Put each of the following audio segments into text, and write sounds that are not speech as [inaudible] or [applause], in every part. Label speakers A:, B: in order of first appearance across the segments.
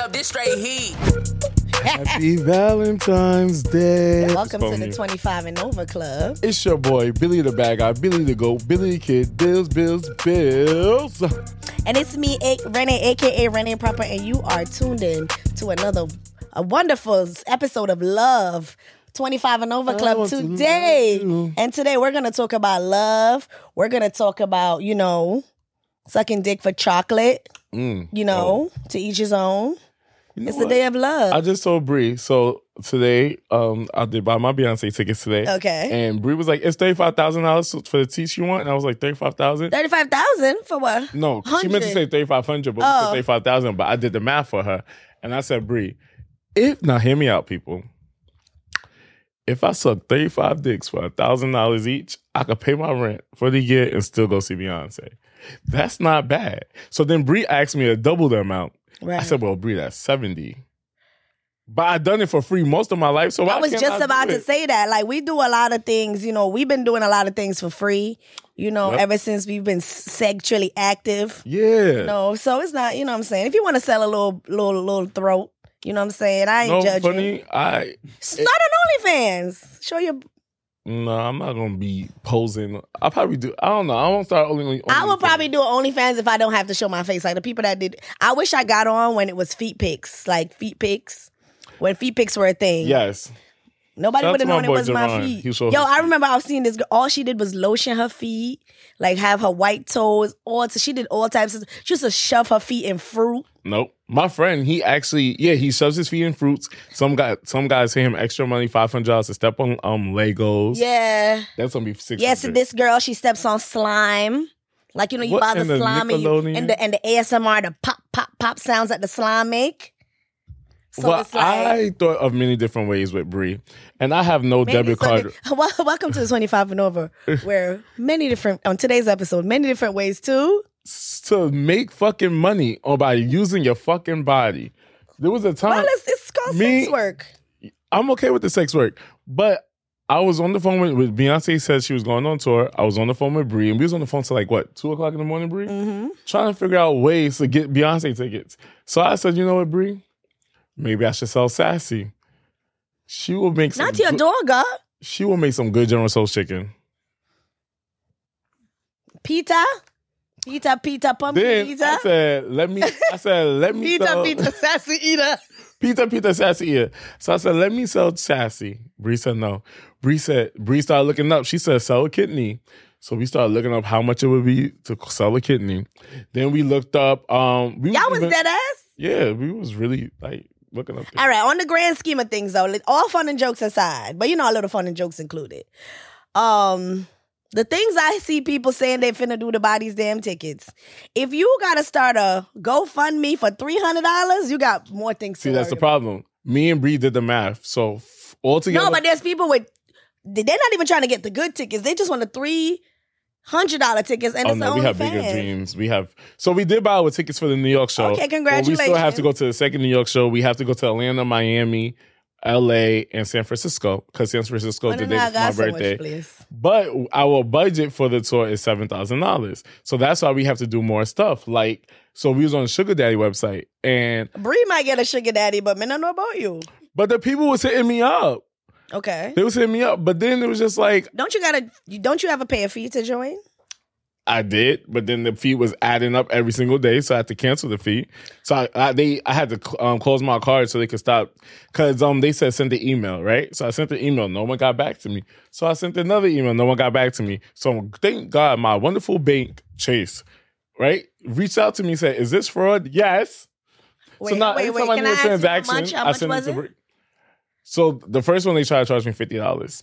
A: up. This straight heat.
B: Happy Valentine's Day.
C: Welcome to
D: Phone
C: the
D: you.
C: 25 and Over Club.
B: It's your boy, Billy the Bad Guy, Billy the Goat, Billy the Kid, Bills, Bills, Bills.
C: And it's me, A- Renee, aka Renee Proper, and you are tuned in to another a wonderful episode of Love 25 and Over Club
B: want to love
C: today.
B: you.
C: and today we're going to talk about love. We're going to talk about, you know, sucking dick for chocolate,
B: Mm.
C: you know, to each his own.
B: You know
C: It's
B: what?
C: the day of love.
B: I just told Bree. So today, um, I did buy my Beyonce tickets today.
C: Okay.
B: And Bree was like, "It's thirty five thousand dollars for the tees you want," and I was like, 35000
C: 35,000 for what?
B: No, she meant to
C: 100.
B: say thirty five hundred, but
C: Oh.
B: we said thirty five thousand. But I did the math for her, and I said, "Bree, if now hear me out, people." If I suck 35 dicks for $1,000 each, I could pay my rent for the year and still go see Beyonce. That's not bad. So then Bree asked me to double the amount.
C: Right.
B: I said, "Well, Bree, that's seventy, but I done it for free most of my life." So
C: I was just about to
B: say,
C: say that. Like we do a lot of things, you know. We've been doing a lot of things for free, you know,
B: Yep.
C: ever since we've been sexually active.
B: "Yeah,
C: No, so it's not, you know what I'm saying? If you want to sell a little little little throat, you know what I'm saying? I ain't
B: no
C: judging.
B: funny, I
C: Start an OnlyFans. Show your
B: no, I'm not gonna be posing. I probably do. I don't know. I won't start only. only
C: I would probably do an OnlyFans if I don't have to show my face. Like the people that did I wish I got on when it was feet pics. Like feet pics. When feet pics were a thing.
B: Yes,
C: Nobody
B: Shout out
C: would have
B: to my
C: known it
B: boy
C: was my
B: Jerron.
C: feet.
B: He was
C: Yo,
B: so-
C: I remember I was seeing this girl. All she did was lotion her feet, like have her white toes. All she did all types of. She used to shove her feet in fruit.
B: nope. My friend, he actually, yeah, he shoves his feet in fruits. Some guy, some guys pay him extra money, five hundred dollars to step on um Legos.
C: Yeah.
B: that's gonna be six.
C: Yes, and this girl she steps on slime. Like you know, you
B: What
C: buy
B: in
C: the
B: the
C: slime and, you,
B: Nickelodeon?
C: and the and the ASMR, the pop pop pop sounds that the slime make. So
B: well,
C: it's like.
B: I thought of many different ways with Bree, and I have no
C: Maybe
B: debit card.
C: something- [laughs] Wel- Welcome to the 25
B: [laughs]
C: and over, where many different, on today's episode, many different ways to
B: to make fucking money or by using your fucking body. There was a
C: Well,
B: time
C: it's, it's called
B: me-
C: sex work.
B: I'm okay with the sex work, but I was on the phone with, with Beyonce said she was going on tour. I was on the phone with Brie, and we was on the phone till like what two o'clock in the morning, Brie,
C: Mm. Mm-hmm.
B: trying to figure out ways to get Beyonce tickets. So I said, you know what, Brie, maybe I should sell Sassy. She will make some
C: Not to your
B: good-
C: dog, huh?
B: She will make some good General Soul's chicken.
C: Pita, Pita, Pita, pumpkin
B: Then I
C: Pita,
B: said, let me. I said, let me.
C: Pita,
B: sell-
C: Pita, sassy eater.
B: Pizza, pizza, sassy ear. So I said, let me sell sassy. Bree said no. Bree said, Bree started looking up. She said, sell a kidney. So we started looking up how much it would be to sell a kidney. Then we looked up. Um, we
C: Y'all was
B: even-
C: dead ass.
B: Yeah, we was really like looking up.
C: All right, on the grand scheme of things, though, let- all fun and jokes aside, but you know, a little fun and jokes included. Um, the things I see people saying they finna do to buy these damn tickets. If you gotta start a GoFundMe for three hundred dollars, you got more things.
B: See,
C: to
B: that's the
C: worry about.
B: problem. Me and Bree did the math. So f- all together,
C: No, but there's people with they're not even trying to get the good tickets. They just want the three hundred dollar tickets, and
B: Oh
C: it's
B: no, we
C: only
B: have
C: fans.
B: bigger dreams. We have so we did buy our tickets for the New York show.
C: Okay,
B: But we still have
C: congratulations.
B: to go to the second New York show. We have to go to Atlanta, Miami, LA, and San Francisco because San Francisco is
C: Wonder
B: the day
C: now
B: before my
C: I got so much,
B: birthday.
C: please.
B: but our budget for the tour is seven thousand dollars. So that's why we have to do more stuff. Like so, we was on the Sugar Daddy website, and
C: Bree might get a sugar daddy, but man, I know about you.
B: but the people was hitting me up.
C: Okay.
B: They was hitting me up, but then it was just like
C: Don't you gotta? You, don't you have a pay a fee to join?
B: I did, but then the fee was adding up every single day, so I had to cancel the fee. So I, I they I had to cl- um, close my card so they could stop because um they said send the email right. So I sent the email, no one got back to me. So I sent another email, no one got back to me. So thank God my wonderful bank Chase, right, reached out to me and said, "Is this fraud?" Yes.
C: Wait,
B: so now
C: wait,
B: every time I
C: wait. Can
B: do
C: I
B: a
C: ask you how
B: transaction,
C: much? How
B: I
C: much
B: send
C: was
B: it to.
C: it?
B: Bri- So the first one they tried to charge me fifty dollars.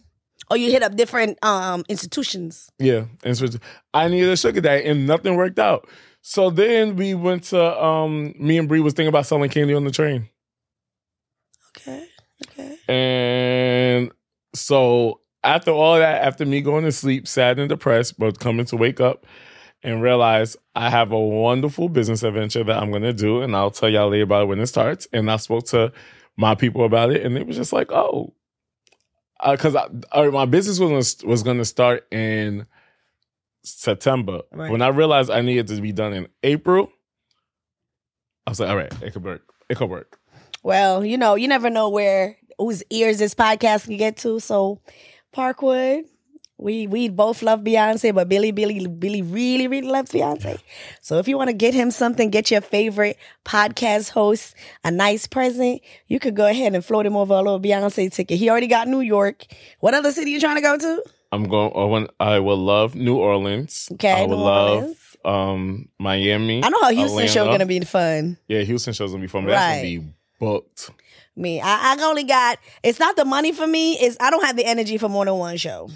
C: Or Oh, you hit up different um institutions.
B: Yeah, and so I needed a sugar daddy, and nothing worked out. So then we went to um, me and Bree was thinking about selling candy on the train,
C: Okay. Okay.
B: and so after all that, after me going to sleep, sad and depressed, but coming to wake up and realize I have a wonderful business adventure that I'm gonna do, and I'll tell y'all later about it when it starts. And I spoke to my people about it, and it was just like, oh, because I or my business was was gonna start in September.
C: Right.
B: When I realized I needed to be done in April, I was like, all right, it could work. It could work.
C: Well, you know, you never know where whose ears this podcast can get to. So, Parkwood, we we both love Beyonce, but Billy Billy Billy really really loves Beyonce. So, if you want to get him something, get your favorite podcast host a nice present. You could go ahead and float him over a little Beyonce ticket. He already got New York. What other city you trying to go to?
B: I'm going. I want. I will love New Orleans.
C: Okay,
B: I will
C: New
B: love
C: Orleans.
B: um Miami.
C: I know how Houston show
B: Atlanta.
C: gonna be fun.
B: Yeah, Houston show's gonna be fun. But
C: Right.
B: That's gonna be booked.
C: Me, I, I only got. It's not the money for me. Is I don't have the energy for more than one show,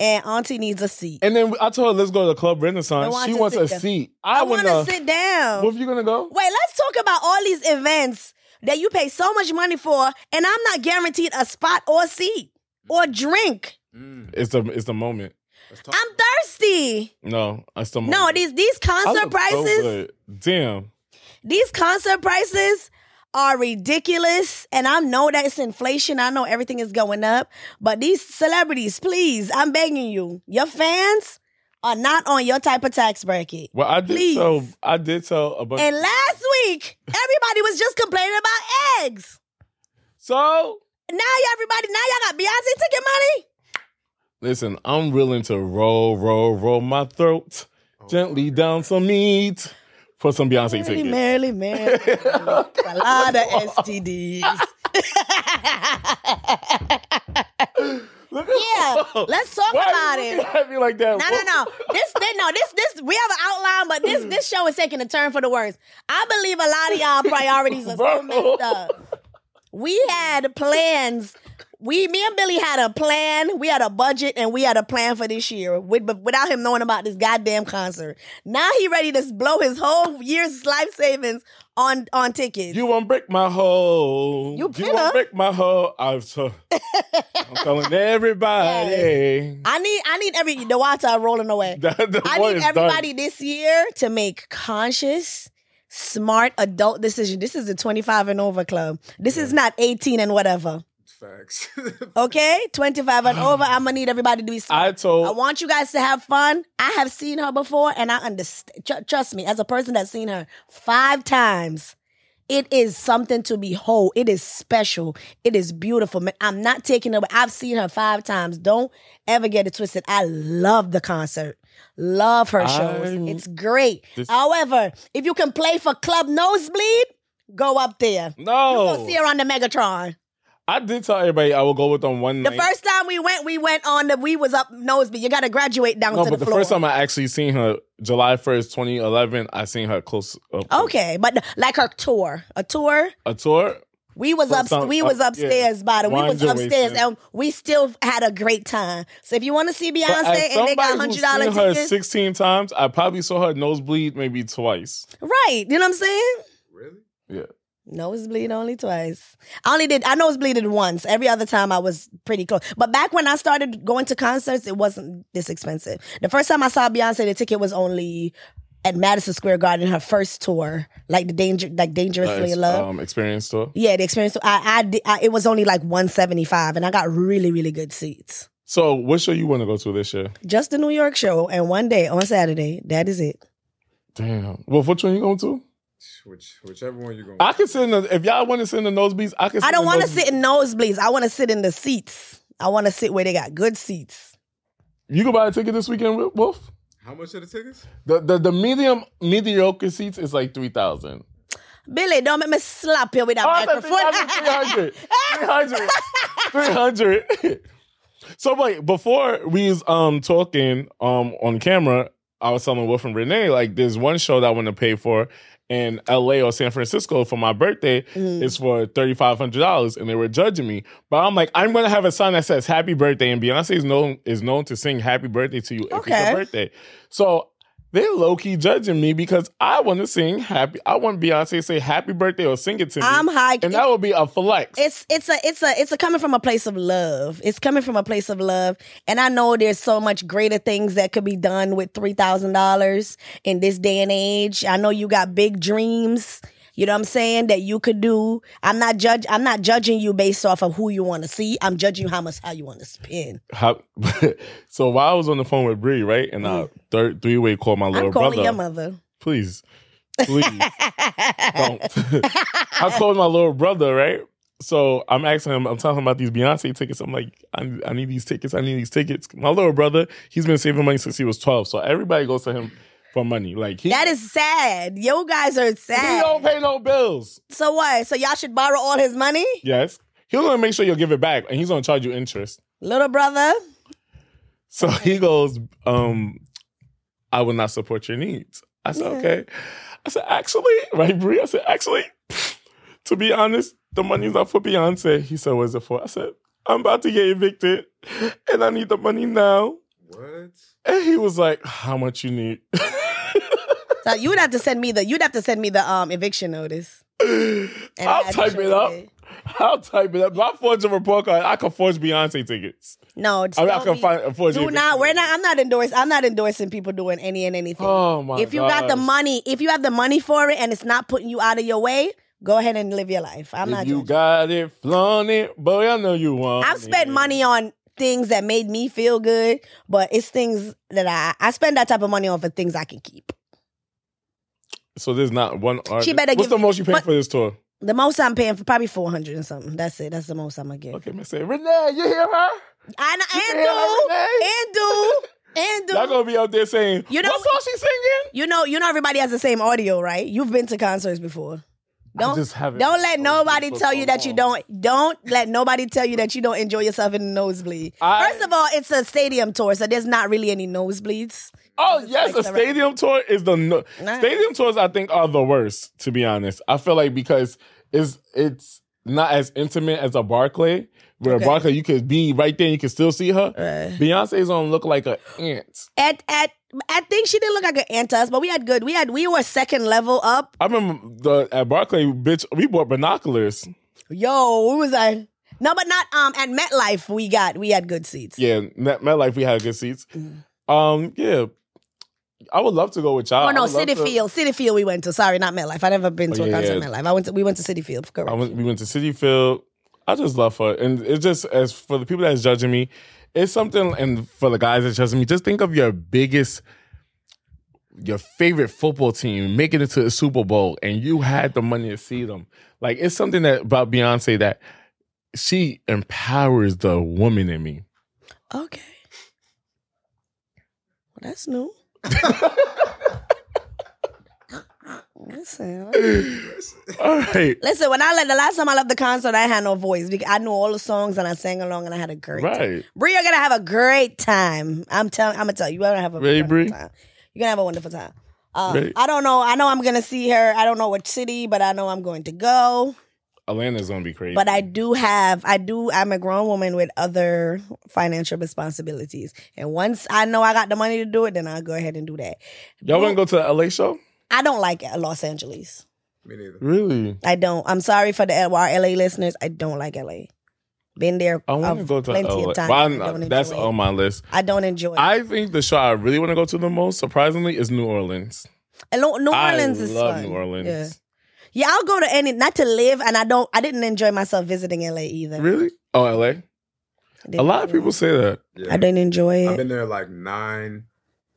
C: and Auntie needs a seat.
B: And then I told her let's go to Club Renaissance.
C: want
B: She
C: to
B: wants
C: sit
B: a
C: there.
B: seat.
C: I,
B: I,
C: want
B: wanna.
C: to sit down.
B: Where you gonna go?
C: Wait, let's talk about all these events that you pay so much money for, and I'm not guaranteed a spot or seat or drink.
B: It's the it's the moment.
C: I'm thirsty.
B: No, it's the moment.
C: No, these these
B: I
C: concert
B: look so
C: prices,
B: good. Damn.
C: these concert prices are ridiculous. And I know that's inflation. I know everything is going up. But these celebrities, please, I'm begging you, your fans are not on your type of tax bracket.
B: Well, I did
C: Please.
B: tell I did tell a bunch.
C: And last week, everybody was just complaining about eggs.
B: so
C: Now y'all, everybody, now y'all got Beyonce ticket money.
B: listen, I'm willing to roll, roll, roll my throat gently down some meat for some Beyonce
C: Merrily,
B: tickets. [laughs]
C: merrily, merrily. It's a lot of STDs.
B: Look
C: [laughs] yeah,
B: at-
C: let's talk
B: Why
C: about
B: you
C: it.
B: looking at me like that?
C: No, no, no. This, this, no, this, this. We have an outline, but this, this show is taking a turn for the worse. I believe a lot of y'all priorities are so
B: Bro.
C: messed up. We had plans. We, me and Billy had a plan. We had a budget, and we had a plan for this year. With, but without him knowing about this goddamn concert, now he ready to blow his whole year's life savings on on tickets.
B: You won't break my hole.
C: You better.
B: won't break my hole. I'm, so,
C: [laughs]
B: I'm telling everybody.
C: I need, I need every the water rolling away.
B: [laughs] That, [laughs] the
C: I
B: boy
C: need
B: is done.
C: everybody this year to make conscious, smart adult decision. This is the 25 and over club. This is not 18 and whatever.
B: [laughs]
A: Facts.
C: Okay? 25 and
B: Ah.
C: over. I'm gonna need everybody to be smart.
B: I told.
C: I want you guys to have fun. I have seen her before and I understand. trust me, as a person that's seen her five times, it is something to behold. It is special. It is beautiful. Man, I'm not taking it away. I've seen her five times. Don't ever get it twisted. I love the concert. Love her shows.
B: I'm-
C: it's great.
B: This-
C: However, if you can play for Club Nosebleed, go up there. You'll
B: no,
C: see her on the Megatron.
B: I did tell everybody I will go with them one
C: The
B: night.
C: first time we went, we went on the we was up Nosebleed. You gotta graduate down
B: no,
C: to
B: but
C: the
B: the
C: floor.
B: first time I actually seen her, July first, twenty eleven, I seen her close. Up close.
C: Okay, but like her tour, a tour.
B: a tour.
C: We was
B: Well,
C: up,
B: some-
C: we was
B: uh, yeah.
C: upstairs, by the we was
B: Wine
C: upstairs,
B: duration.
C: and we still had a great time. So if you want to see
B: But
C: Beyonce
B: as
C: and they got
B: somebody
C: hundred
B: who's
C: dollar
B: seen her
C: tickets,
B: sixteen times, I probably saw her nosebleed maybe twice.
C: right? You know what I'm saying?
A: really?
B: Yeah,
C: Nosebleed only twice. I only did I nosebleeded once. Every other time I was pretty close. But back when I started going to concerts, it wasn't this expensive. The first time I saw Beyonce, the ticket was only at Madison Square Garden, her first tour, like the danger, like Dangerously
B: Nice,
C: in Love.
B: um, experience tour.
C: Yeah, the experience. I, I, did, I it was only like one seventy five, and I got really, really good seats.
B: So, what show you want to go to this year?
C: Just the New York show, and one day on Saturday. That is it.
B: Damn. Well, which one you going to?
A: Which whichever one you're going.
B: I could sit in the. If y'all want to sit in the nosebleeds, I could. Sit
C: I
B: in
C: don't
B: the
C: want to
B: nosebleeds.
C: sit in nosebleeds. I want to sit in the seats. I want to sit where they got good seats.
B: You can buy a ticket this weekend, Wil- Wolf.
A: How much are the tickets?
B: The the, the medium mediocre seats is like three thousand.
C: Billy, don't make me slap you with that
B: Oh, I thought
C: [laughs] microphone.
B: 300,
C: [laughs]
B: 300, 300, 300. so wait, before we was um talking um on camera, I was telling Wolf and Renee like there's one show that I want to pay for in L.A. or San Francisco for my birthday.
C: Mm.
B: It's for thirty five hundred dollars, and they were judging me. But I'm like, I'm gonna have a sign that says "Happy Birthday," and Beyonce is known is known to sing "Happy Birthday" to you if it's
C: Okay.
B: your birthday. So they're low key judging me because I want to sing happy. I want Beyonce to say happy birthday or sing it to me.
C: I'm high.
B: and that would be a flex.
C: it's it's a it's a it's a coming from a place of love. It's coming from a place of love, and I know there's so much greater things that could be done with three thousand dollars in this day and age. I know you got big dreams. You know what I'm saying that you could do. I'm not judge. I'm not judging you based off of who you want to see. I'm judging you how much how you want to spend.
B: How- [laughs] so while I was on the phone with Bree, right, and I third three way called my little
C: Mm. I'm calling
B: brother.
C: your mother.
B: Please,
C: [laughs]
B: Please don't. [laughs] I called my little brother, right? So I'm asking him, I'm telling him about these Beyonce tickets. I'm like, I, I need these tickets. I need these tickets. My little brother, he's been saving money since he was 12. So everybody goes to him for money. Like, he,
C: that is sad. You guys are
B: he
C: sad.
B: don't pay no bills.
C: So what? So y'all should borrow all his money,
B: Yes. He's going to make sure you'll give it back and he's going to charge you interest.
C: little brother?
B: So he goes, um, I will not support your needs. I said,
C: Yeah.
B: okay. I said, actually, right, Brie? I said, actually, to be honest, the money's not for Beyonce. He said, what's it for? I said, I'm about to get evicted and I need the money now.
A: What?
B: And he was like, how much you need? [laughs]
C: So you would have to send me the you'd have to send me the um eviction notice. And
B: I'll
C: I'd
B: type
C: show
B: it up.
C: you.
B: I'll type it up. If I forge a report card, I can forge Beyonce tickets.
C: No,
B: I mean, I
C: don't
B: can
C: be-
B: find, forge
C: do
B: eviction
C: not. We're
B: notice.
C: not. I'm not endorsing. I'm not endorsing people doing any and anything.
B: Oh my
C: if you got the
B: gosh.
C: money, if you have the money for it, and it's not putting you out of your way, go ahead and live your life. I'm
B: if
C: not.
B: you
C: judging.
B: got it, flaunt it, boy. I know you want.
C: I've spent
B: it.
C: money on things that made me feel good, but it's things that I I spend that type of money on for things I can keep.
B: So there's not one artist.
C: better
B: What's
C: give
B: the
C: me-
B: most you paid
C: but-
B: for this tour?
C: The most I'm paying for probably four hundred and something. That's it. That's the most I'm gonna get.
B: Okay, man. Say Renee, you hear her?
C: And
B: You hear her, Renee?
C: and do and do
B: Y'all
C: and do.
B: gonna be out there saying,
C: You
B: you
C: know-
B: know, "What's all she's singing?"
C: You know, you know, everybody has the same audio, right? You've been to concerts before. Don't
B: just haven't
C: don't let
B: been
C: nobody
B: for
C: tell
B: so
C: you that you
B: long.
C: don't. Don't let nobody tell you that you don't enjoy yourself in the nosebleed.
B: I-
C: First of all, it's a stadium tour, so there's not really any nosebleeds.
B: Oh yes,
C: like
B: a
C: the-
B: stadium tour is the no-
C: Nah.
B: stadium tours. I think are the worst. To be honest, I feel like because it's it's not as intimate as a Barclay. Where
C: Okay. Uh.
B: a Barclay, you could be right there, and you can still see her.
C: Right.
B: Beyonce's gonna look like an ant.
C: At at I think she didn't look like an aunt to us, but we had good. We had we were second level up.
B: I remember the at Barclay, bitch. We bought binoculars.
C: Yo, we was like no, but not um at MetLife. We got we had good seats.
B: Yeah, Met, MetLife, we had good seats.
C: Mm.
B: Um, yeah, I would love to go with y'all.
C: Oh
B: I
C: no,
B: would love
C: City
B: to-
C: Field. City Field we went to. Sorry, not MetLife. I never been to
B: Oh,
C: a
B: yeah,
C: concert at
B: yeah.
C: MetLife. I went to we went to City Field, correct.
B: I went, we went to City Field. I just love her, and it's just as for the people that's judging me, it's something. And for the guys that's judging me, just think of your biggest, your favorite football team making it to the Super Bowl, and you had the money to see them. Like it's something that about Beyonce that she empowers the woman in me. [laughs]
C: Okay. Well, that's new. Listen,
B: All right.
C: listen. When I like the last time I left the concert, I had no voice because I knew all the songs and I sang along and I had a great time.
B: Right.
C: Bree, you're gonna have a great time. I'm telling. I'm gonna tell you, you're gonna have a
B: Ready,
C: wonderful
B: Bree?
C: time. You're gonna have a wonderful time. Um,
B: Ready?
C: I don't know. I know I'm gonna see her. I don't know what city, but I know I'm going to go.
B: Atlanta's gonna be crazy.
C: But I do have, I do, I'm a grown woman with other financial responsibilities. And once I know I got the money to do it, then I'll go ahead and do that.
B: y'all wanna go to the LA show?
C: I don't like Los Angeles.
A: Me neither.
B: Really?
C: I don't. I'm sorry for the L- our LA listeners. I don't like LA. Been there
B: I want to
C: of
B: go to
C: plenty
B: LA.
C: of times.
B: Well,
C: I
B: I'm-
C: don't
B: that's
C: enjoy it.
B: on my list.
C: I don't enjoy it.
B: I think the show I really want to go to the most, surprisingly, is New Orleans.
C: And Lo- New Orleans
B: I
C: is
B: love
C: fun.
B: New Orleans.
C: Yeah. yeah, I'll go to any not to live, and I don't. I didn't enjoy myself visiting LA either.
B: Really? Oh, LA.
C: Didn't
B: A lot of
C: enjoy it.
B: people say that.
A: Yeah.
C: I didn't enjoy it.
A: I've been there like nine,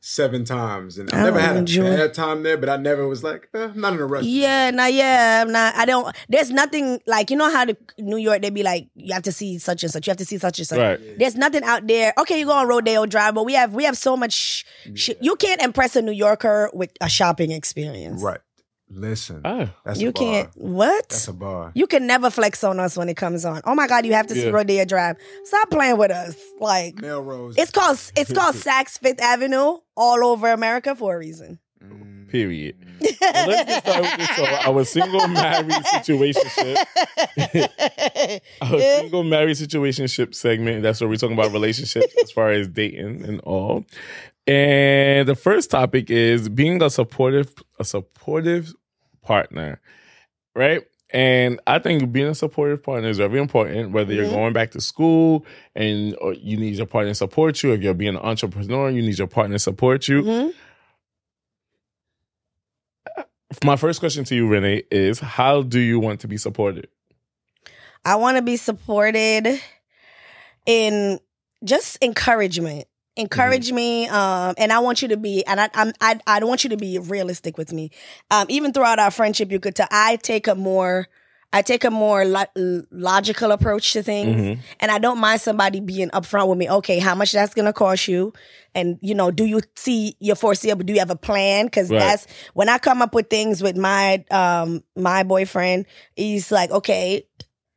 A: seven times, and
C: I
A: I never
C: don't
A: had a
C: Oh, enjoy-
A: bad time there. But I never was like, eh, I'm not in a rush.
C: Yeah, nah, yeah, I'm not. I don't. There's nothing like you know how the New York they be like you have to see such and such, you have to see such and such.
B: Right.
C: There's nothing out there. Okay, you go on Rodeo Drive, but we have we have so much. Sh- sh- you can't impress a New Yorker with a shopping experience.
A: Right. Listen,
B: Ah.
A: that's a
C: You
A: bar.
C: can't. What?
A: That's a bar.
C: you can never flex on us when it comes on. Oh my God, you have to see
B: Yeah.
C: Rodeo Drive. Stop playing with us. Like
A: Melrose.
C: it's called
B: [laughs]
C: it's called Saks Fifth Avenue all over America for a reason.
A: Mm.
C: [laughs]
B: Period. Well, let's get started with this show. Our single married situation.
C: [laughs]
B: [laughs] Our single married situationship segment. That's where we're talking about relationships as far as dating and all. And the first topic is being a supportive, a supportive partner, right? And I think being a supportive partner is very important. Whether you're
C: Mhm.
B: going back to school and or you need your partner to support you, if you're being an entrepreneur, you need your partner to support you.
C: Mhm.
B: My first question to you, Renee, is how do you want to be supported?
C: I want to be supported in just encouragement. Encourage me, um, and I want you to be, and I, I'm, I, I want you to be realistic with me. Um, even throughout our friendship, you could tell I take a more, I take a more lo- logical approach to things,
B: Mhm.
C: and I don't mind somebody being upfront with me. Okay, how much that's gonna cost you, and you know, do you see your foreseeable? Do you have a plan? Because
B: Right.
C: that's when I come up with things with my um my boyfriend. He's like, okay,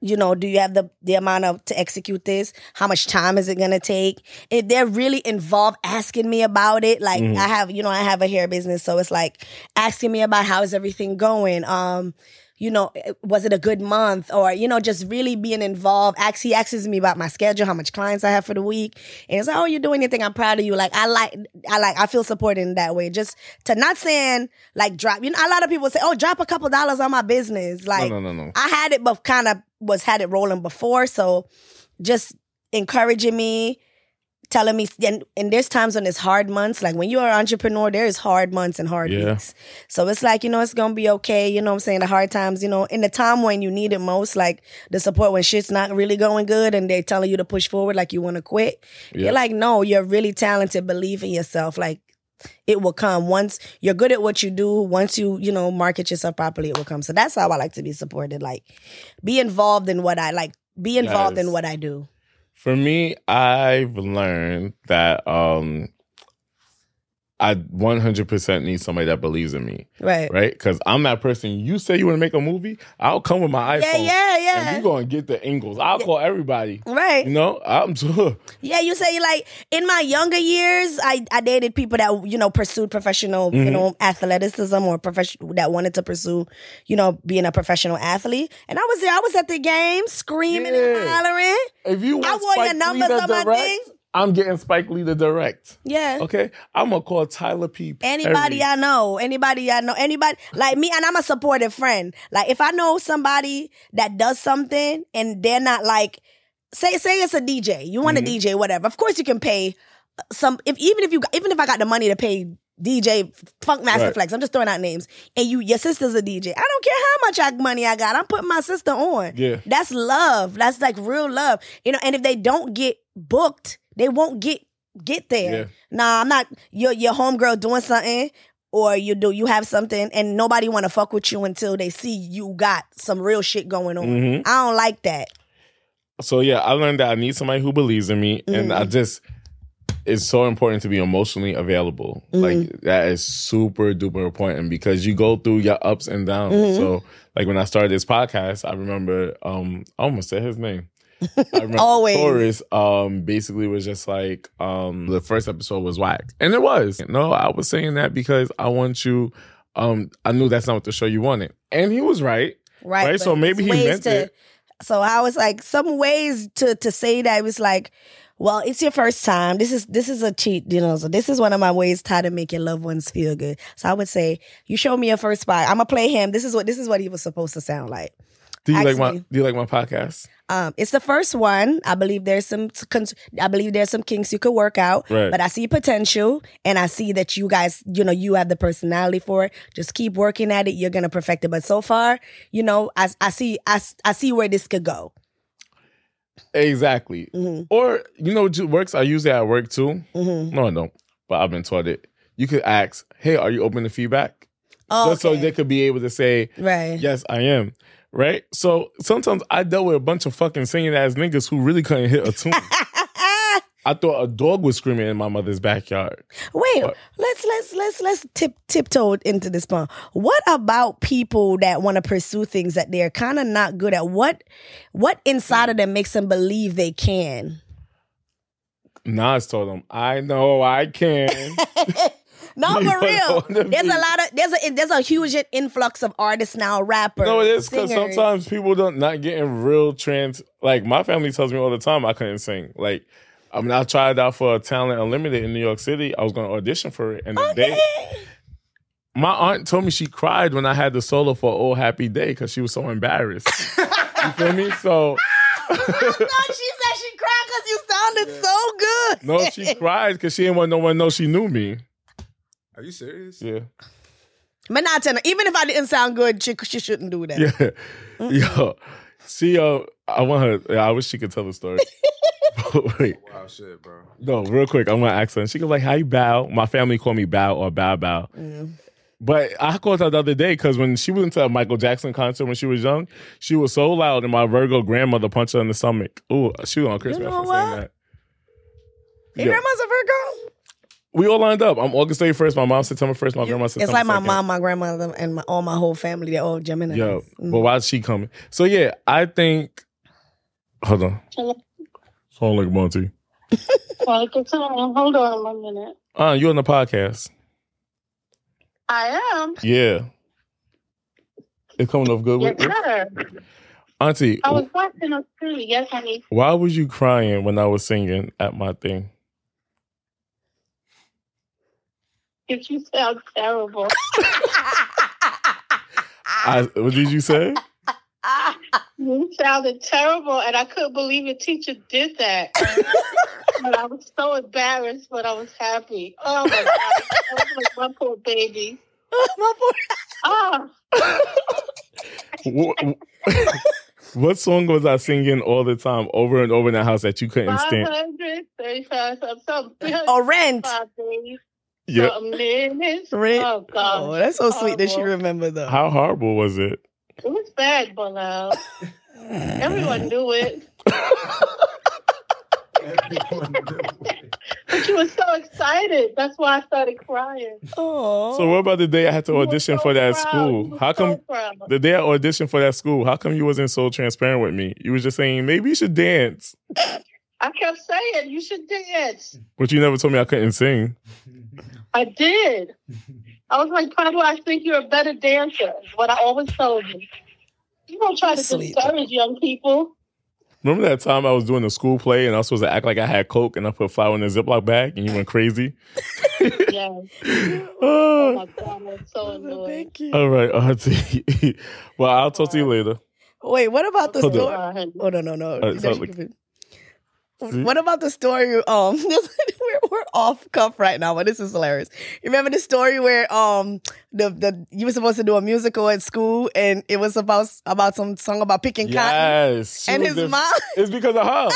C: you know, do you have the the amount of to execute this? How much time is it gonna take? If they're really involved, asking me about it. Like
B: Mhm.
C: I have, you know, I have a hair business, so it's like asking me about how is everything going. Um, you know, was it a good month? Or you know, just really being involved. Ask he asks me about my schedule, how much clients I have for the week, and it's like, oh, you're doing anything? I'm proud of you. Like I like, I like, I feel supported in that way. Just to not saying like drop. You know, a lot of people say, oh, drop a couple dollars on my business. Like
B: no, no, no, no.
C: I had it, but kind of was had it rolling before. So just encouraging me, telling me, and, and there's times when it's hard months. Like when you're an entrepreneur, there is hard months and hard
B: Yeah.
C: weeks. So it's like, you know, it's going to be okay. You know what I'm saying? The hard times, you know, in the time when you need it most, like the support when shit's not really going good and they're telling you to push forward, like you want to quit.
B: Yeah.
C: You're like, no, you're really talented. Believe in yourself. Like, it will come once you're good at what you do. Once you, you know, market yourself properly, it will come. So that's how I like to be supported. Like, be involved in what I like. Be involved
B: Yes.
C: in what I do.
B: For me, I've learned that um I 100% need somebody that believes in me,
C: Right.
B: right? Because I'm that person. You say you want to make a movie, I'll come with my iPhone.
C: Yeah, yeah,
B: And Mm-hmm.
C: yeah.
B: you're going to get the angles. I'll call everybody.
C: right.
B: You know, I'm [laughs]
C: Yeah, you say like in my younger years, I, I dated people that you know pursued professional, you
B: Mhm.
C: know, athleticism or professional that wanted to pursue, you know, being a professional athlete. And I was there, I was at the game screaming and
B: Yeah.
C: hollering.
B: if you want
C: I want your
B: Spike
C: numbers
B: Lee to
C: on my
B: direct,
C: thing.
B: I'm getting Spike Lee to direct.
C: Yeah.
B: Okay, I'm gonna call Tyler P. Perry.
C: Anybody I know, anybody I know, anybody like me, and I'm a supportive friend. Like if I know somebody that does something and they're not like, say say it's a DJ, you want
B: Mhm.
C: a DJ, whatever. Of course you can pay uh, some. If even if you even if I got the money to pay DJ Funk Master
B: Right.
C: Flex, I'm just throwing out names. And you, your sister's a DJ. I don't care how much I, money I got. I'm putting my sister on.
B: Yeah.
C: That's love. That's like real love. You know, and if they don't get booked, they won't get get there.
B: Yeah.
C: Nah, I'm not your your homegirl doing something or you do you have something and nobody wanna fuck with you until they see you got some real shit going on.
B: Mhm.
C: I don't like that.
B: So yeah, I learned that I need somebody who believes in me, and
C: Mm-hmm.
B: I just it's so important to be emotionally available.
C: Mm-hmm.
B: Like that is super duper important because you go through your ups and downs.
C: Mm-hmm.
B: So like when I started this podcast, I remember um I almost said his name.
C: [laughs]
B: I remember
C: Always.
B: Taurus um basically was just like um the first episode was whack. And it was. No, I was saying that because I want you um I knew that's not what the show you wanted. And he was right.
C: Right.
B: Right,
C: But
B: so maybe
C: it's
B: he
C: ways
B: meant
C: to,
B: it.
C: So I was like, some ways to to say that it was like, well, it's your first time. This is this is a cheat, you know. So this is one of my ways how to make your loved ones feel good. So I would say, you show me your first spot. I'm gonna play him. This is what this is what he was supposed to sound like.
B: Do you like my
C: Actually-
B: do you like my podcast?
C: Um, it's the first one. I believe there's some cons- I believe there's some kinks you could work out.
B: Right.
C: But I see potential and I see that you guys, you know, you have the personality for it. Just keep working at it. You're gonna perfect it. But so far, you know, I, I see I, s- I see where this could go.
B: Exactly.
C: Mhm.
B: Or you know what works? I use that at work too.
C: hmm
B: No, I don't. But I've been taught it. You could ask, "Hey, are you open to feedback?"
C: Oh,
B: Just so
C: okay.
B: they could be able to say,
C: right.
B: "Yes, I am." Right. So sometimes I dealt with a bunch of fucking singing ass niggas who really couldn't hit a tune. I thought a dog was screaming in my mother's backyard.
C: [laughs] Wait,
B: What?
C: let's let's let's let's tip tiptoe into this one. What about people that want to pursue things that they're kind of not good at? What what
B: Hmm.
C: inside of them makes them believe they can?
B: Nas told them, "I know I can."
C: No,
B: You
C: for real.
B: don't wanna
C: There's
B: be-
C: a lot of there's a there's a huge influx of artists now, rappers.
B: no, it is because
C: singers.
B: sometimes people don't not getting real trans. Like my family tells me all the time, I couldn't sing. Like. I mean, I tried out for Talent Unlimited in New York City. I was going to audition for it, and then they My aunt told me she cried when I had the solo for "Oh Happy Day" because she was so embarrassed. you feel me? So
C: [laughs] I thought she said she cried because you sounded so good.
B: no, she
C: [laughs]
B: cried because she didn't want no one to know she knew me.
A: Are you
B: [laughs]
A: serious?
B: Yeah,
C: But not telling. Even if I didn't sound good, she, she shouldn't do that.
B: yeah, yo. She, uh, I want her. yeah, I wish she could tell the story. [laughs] Wait,
A: Wow, shit, bro.
B: no, real quick, I'm gonna ask her. She goes like, "How you bow?" My family call me bow or bow bow.
C: Mm.
B: But I called her the other day because when she went to a Michael Jackson concert when she was young, she was so loud, and my Virgo grandmother punched her in the stomach. Ooh, she was on Christmas
C: know
B: for saying
C: what?
B: that.
C: Your
B: Yeah.
C: grandma's a Virgo.
B: We all lined up. I'm August 31st. My mom September 1st. My grandma September
C: It's like my
B: 2nd.
C: mom, my grandmother, and my, all my whole family. They're all Mm. Gemini.
B: Yo, but why's she coming? So yeah, I think. Hold on. Sound like Monty.
D: Well, it's on. Hold on one minute.
B: Uh, you on the podcast?
D: I am.
B: Yeah. It's coming off good.
D: Yes,
B: With
D: sir.
B: Auntie,
D: I was watching a too. Yes, honey.
B: why was you crying when I was singing at my thing?
D: If you sound terrible.
B: I, what did you
D: [laughs]
B: say?
D: You sounded terrible, and I couldn't believe your teacher did
C: [laughs]
D: that. but I was so embarrassed, but I was happy. Oh my god! I was like, my poor baby.
C: [laughs] my boy.
D: Oh,
B: Wh- wh- [laughs] what song was I singing all the time, over and over in the house that you couldn't
D: five
B: stand?
D: hundred thirty-five. I'm so
C: Oh,
D: [laughs]
C: rent.
D: five days.
B: Yeah.
D: Something minutes.
C: Rent.
D: Oh god.
C: Oh, that's so sweet that she
D: Horrible.
C: remembered though.
B: How horrible was it?
D: It was bad, Bilal. Everyone knew it. But you were so excited. That's why I started crying.
C: Oh,
B: So what about the day I had to
D: You were
B: audition
D: so
B: for that
D: proud. You
B: school?
D: were
B: How
D: so
B: come
D: proud.
B: the day I auditioned for that school, how come you wasn't so transparent with me? You was just saying maybe you should dance,
D: I kept saying you should dance.
B: but you never told me I couldn't sing.
D: I did. I was like, Pablo, I think you're a better dancer. is What I always told you. You don't try to
C: Sweet.
D: discourage young people.
B: Remember that time I was doing a school play and I was supposed to act like I had coke and I put flour in a Ziploc bag and you went
D: [laughs]
B: crazy?
D: Yes.
B: Ah.
D: Oh my God, I'm so annoyed.
C: thank you.
B: all right, auntie. [laughs] well, I'll talk to you later.
C: Wait, what about the
B: Hold on.
C: story?
D: God.
C: Oh no, no, no.
B: Uh,
C: That
B: sounds
C: she
B: like-
C: could be- what about the story? Um, [laughs] we're, we're off cuff right now, but this is hilarious. You remember the story where um the the you were supposed to do a musical at school and it was about about some song about picking cotton
B: Yes. she
C: and
B: was
C: his
B: the-
C: mom.
B: It's because of
C: [laughs]
B: her.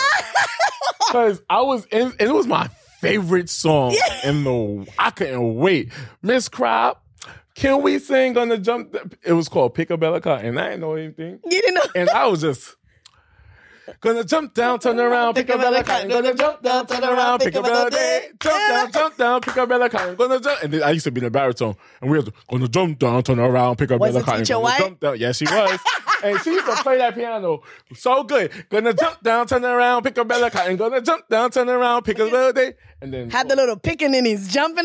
B: Because I was in, and it was my favorite song in the. I couldn't wait. Miss Crop, can we sing on the jump? th- It was called Pick a Bella Cotton. I didn't know anything, [laughs]
C: You didn't know.
B: and I was just. Gonna jump down, turn around, pick a bella cotton. Gonna jump down, turn around, pick a bella day. Jump down, jump down, pick a bella cotton. Gonna jump. And then I used to be in a baritone, and we was gonna jump down, turn around, pick a
C: Was
B: bella
C: the
B: cotton.
C: teacher
B: gonna
C: white?
B: Jump down. Yes, she was. and she used to play that piano so good. Gonna jump down, turn around, pick a bella cotton. Gonna jump down, turn around, pick a bella day. And then
C: Had the little picking and he's jumping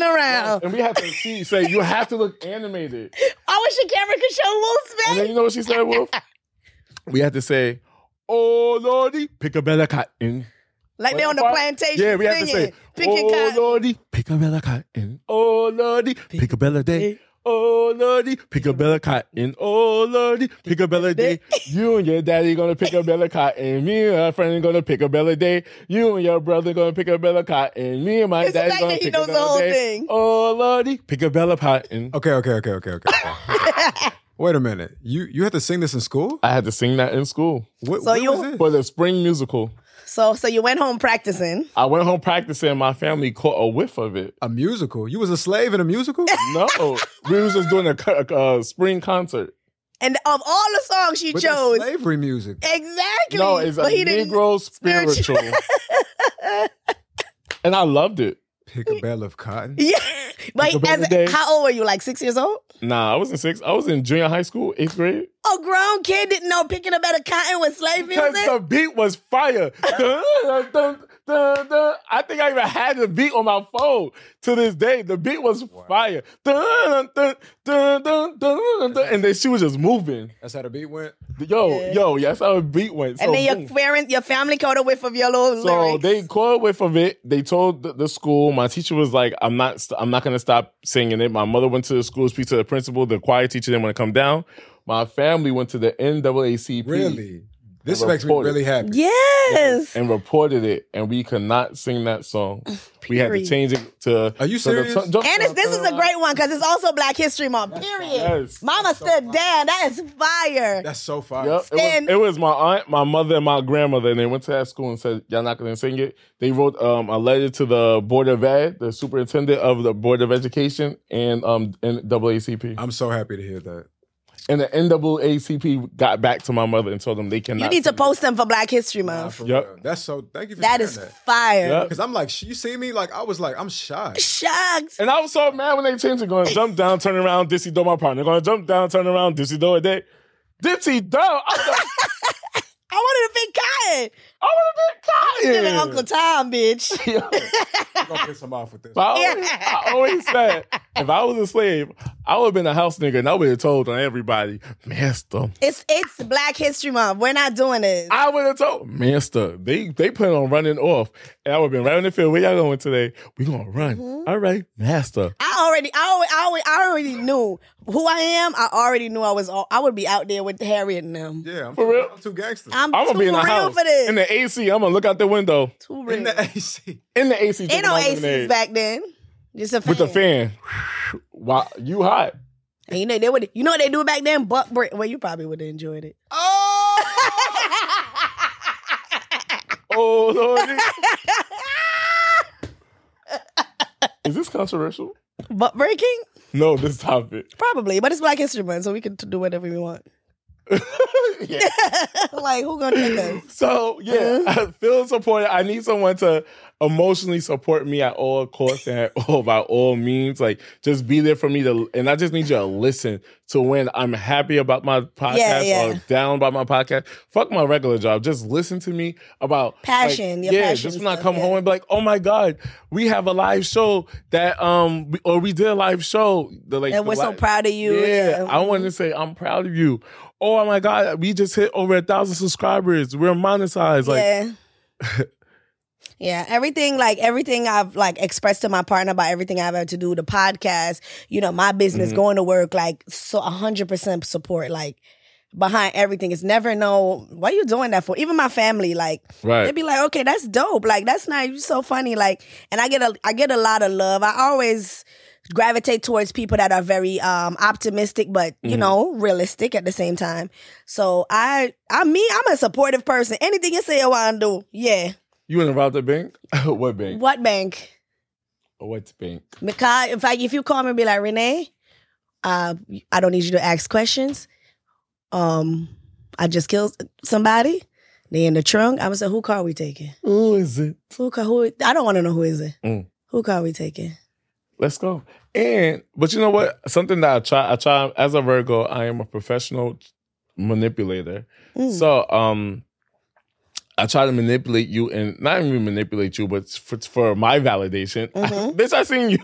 B: [laughs]
C: around.
B: and we had to see say you have to look animated.
C: I wish the camera could show Wolf's
B: And
C: face.
B: then you know what she said,
C: [laughs]
B: Wolf? We had to say, "Oh Lordy, pick a bella cotton."
C: Like they're on the
B: What?
C: plantation.
B: Yeah, we have to
C: singing,
B: say,
C: picking
B: oh
C: cotton.
B: lordy, Picabella cotton. Oh lordy, Picabella day. Oh lordy, Picabella cotton. Oh lordy, Picabella day. You and your daddy gonna pick a bella cotton. Me and my friend gonna pick a bella day. You and your brother gonna pick a bella cotton. Me and my
C: It's the
B: daddy
C: fact
B: gonna
C: that he
B: pick a
C: knows the
B: bella
C: whole
B: day.
C: thing.
B: Oh lordy, Picabella cotton.
A: Okay, okay, okay, okay, okay. [laughs] okay. Wait a minute. You you had to sing this in school?
B: I had to sing that in school
A: What,
C: So
A: what
C: you-
A: was
B: for the spring musical.
C: So, so you went home practicing.
B: I went home practicing. My family caught a whiff of it.
A: A musical? You was a slave in a
C: [laughs]
A: musical?
B: No, we was just doing a, co- a, a spring concert.
C: And of all the songs you
A: But that's
C: chose,
A: slavery music.
C: exactly.
B: No, it's a
C: but he didn't.
B: Negro
C: spiritual.
B: spiritual.
C: [laughs]
B: and I loved it.
A: Pick a bell of cotton.
C: Yeah, but
B: Think about
C: as,
B: the day.
C: how old were you? Like six years old?
B: Nah, I was in sixth. I was in junior high school, eighth grade.
C: A grown kid didn't know picking up at a cotton with slave
B: Because
C: music.
B: the beat was fire. [laughs] Dun, dun, dun, dun, dun. I think I even had the beat on my phone to this day. The beat was fire. Dun, dun, dun, dun, dun, dun, dun. And then she was just moving.
A: That's how the beat went.
B: Yo,
C: Yeah.
B: yo, yes, how the beat went. So
C: and then
B: boom.
C: your parents, your family caught a whiff of your little
B: So
C: lyrics.
B: they caught away from it. They told the, the school. My teacher was like, "I'm not. St- I'm not going to stop singing it." My mother went to the school, speak to the principal. The choir teacher didn't want to come down. My family went to the NAACP.
A: Really? This
B: And
A: makes me
B: reported.
A: really happy.
C: Yes.
B: and reported it, and we could not sing that
C: [sighs]
B: song. We had to
C: Period.
B: change it to.
A: Are you
B: to the
A: serious?
B: tun- dun-
C: And it's, this is a great one because it's also Black History Month. Period.
B: Yes.
C: Mama stood down. That is fire.
A: That's so fire.
B: Yep, it, was,
C: Stand-
B: it was my aunt, my mother, and my grandmother, and they went to that school and said, "Y'all not gonna sing it." They wrote um, a letter to the board of ed, the superintendent of the board of education, and um, and NAACP.
A: I'm so happy to hear that.
B: and the NAACP got back to my mother and told them they cannot.
C: You need to
B: sing it.
C: post them for Black History
A: Nah,
C: Month.
A: for
B: Yep.
A: real. That's so. Thank you for
C: That
A: sharing
C: is
A: that.
C: fire.
B: Yep.
A: Because I'm like, sh- you see me? Like I was like,
C: [laughs]
A: I'm shy.
C: Shucks.
B: And I was so mad when they changed it. Going to jump down, turn around, dipsy do my partner. Going to jump down, turn around, dipsy do a day. Dipsy do. I
C: I wanted a big cotton. [laughs]
B: want to be
C: Give it
B: tired.
C: Uncle Tom, bitch.
A: I'm gonna piss him off with this.
B: But I always, I always said, if I was a slave, I would have been a house nigga and I would have told on everybody, Master.
C: It's it's Black History Month. We're not doing this.
B: I would have told, Master, they they plan on running off. And I would have been right on the field. Where y'all going today? we going to run.
C: Mm-hmm.
B: All right, Master.
C: I already, I already, I already, I already knew who I am. I already knew I was. all- I would be out there with Harry and them.
A: Yeah, I'm
B: For
A: for
B: real?
A: real. I'm too gangster.
C: I'm,
B: I'm going
C: too
B: to be in the
C: real
B: house.
C: for this.
B: In the AC, I'm going to look out the window.
C: too real.
A: in the AC.
B: In the AC.
C: Ain't
B: drinking
C: no
B: my
C: ACs
B: lemonade.
C: back then. Just a fan.
B: With the fan. Wow, you hot.
C: And you know they would. You know what they do back then? Buck break. Well, you probably would have enjoyed it.
A: Oh,
B: Oh,
C: [laughs]
B: Lordy. Is this controversial?
C: Butt breaking,
B: No, this topic. [laughs]
C: probably. But it's Black History Month, so we can t- do whatever we want. [laughs]
B: Yeah.
C: like who gonna take us?
B: [laughs] So yeah,
C: Uh-huh.
B: I feel supported. I need someone to emotionally support me at all costs and at [laughs] all by all means. Like just be there for me to and I just need you to listen to when I'm happy about my podcast
C: Yeah, yeah.
B: or down about my podcast. Fuck my regular job. Just listen to me about like,
C: Passion, your
B: yeah,
C: passion
B: just not
C: stuff,
B: come
C: yeah.
B: home and be like, oh my God, we have a live show that um we- or we did a live show. The like
C: And
B: the
C: we're so
B: li-
C: proud of you.
B: yeah, I want to say I'm proud of you. Oh my God, we just hit over a thousand subscribers. We're monetized. Like,
C: yeah. Yeah, everything like everything I've like expressed to my partner about everything I've had to do, the podcast, you know, my business, going to work, like so hundred percent support, like behind everything. It's never no why you doing that for? Even my family, like
B: Right.
C: they'd be like, Okay, that's dope. Like that's nice. You're so funny. Like and I get a I get a lot of love. I always gravitate towards people that are very um optimistic but you know realistic at the same time so i i mean i'm a supportive person anything you say i want to do yeah
B: you want to rob the bank? [laughs] what bank?
C: what bank
B: What bank?
C: Because in fact, if you call me and be like, Renee, uh, I don't need you to ask questions. Um, I just killed somebody. They in the trunk. I would say, who car we taking?
B: Who is it?
C: Who car? Who? I don't want to know who is it.
B: Mm.
C: Who car we taking?
B: Let's go. And but you know what? Something that I try. I try as a Virgo. I am a professional manipulator.
C: Mm.
B: So um, I try to manipulate you and not even manipulate you, but for, for my validation. [laughs]
C: Mhm.
B: Bitch, I seen you.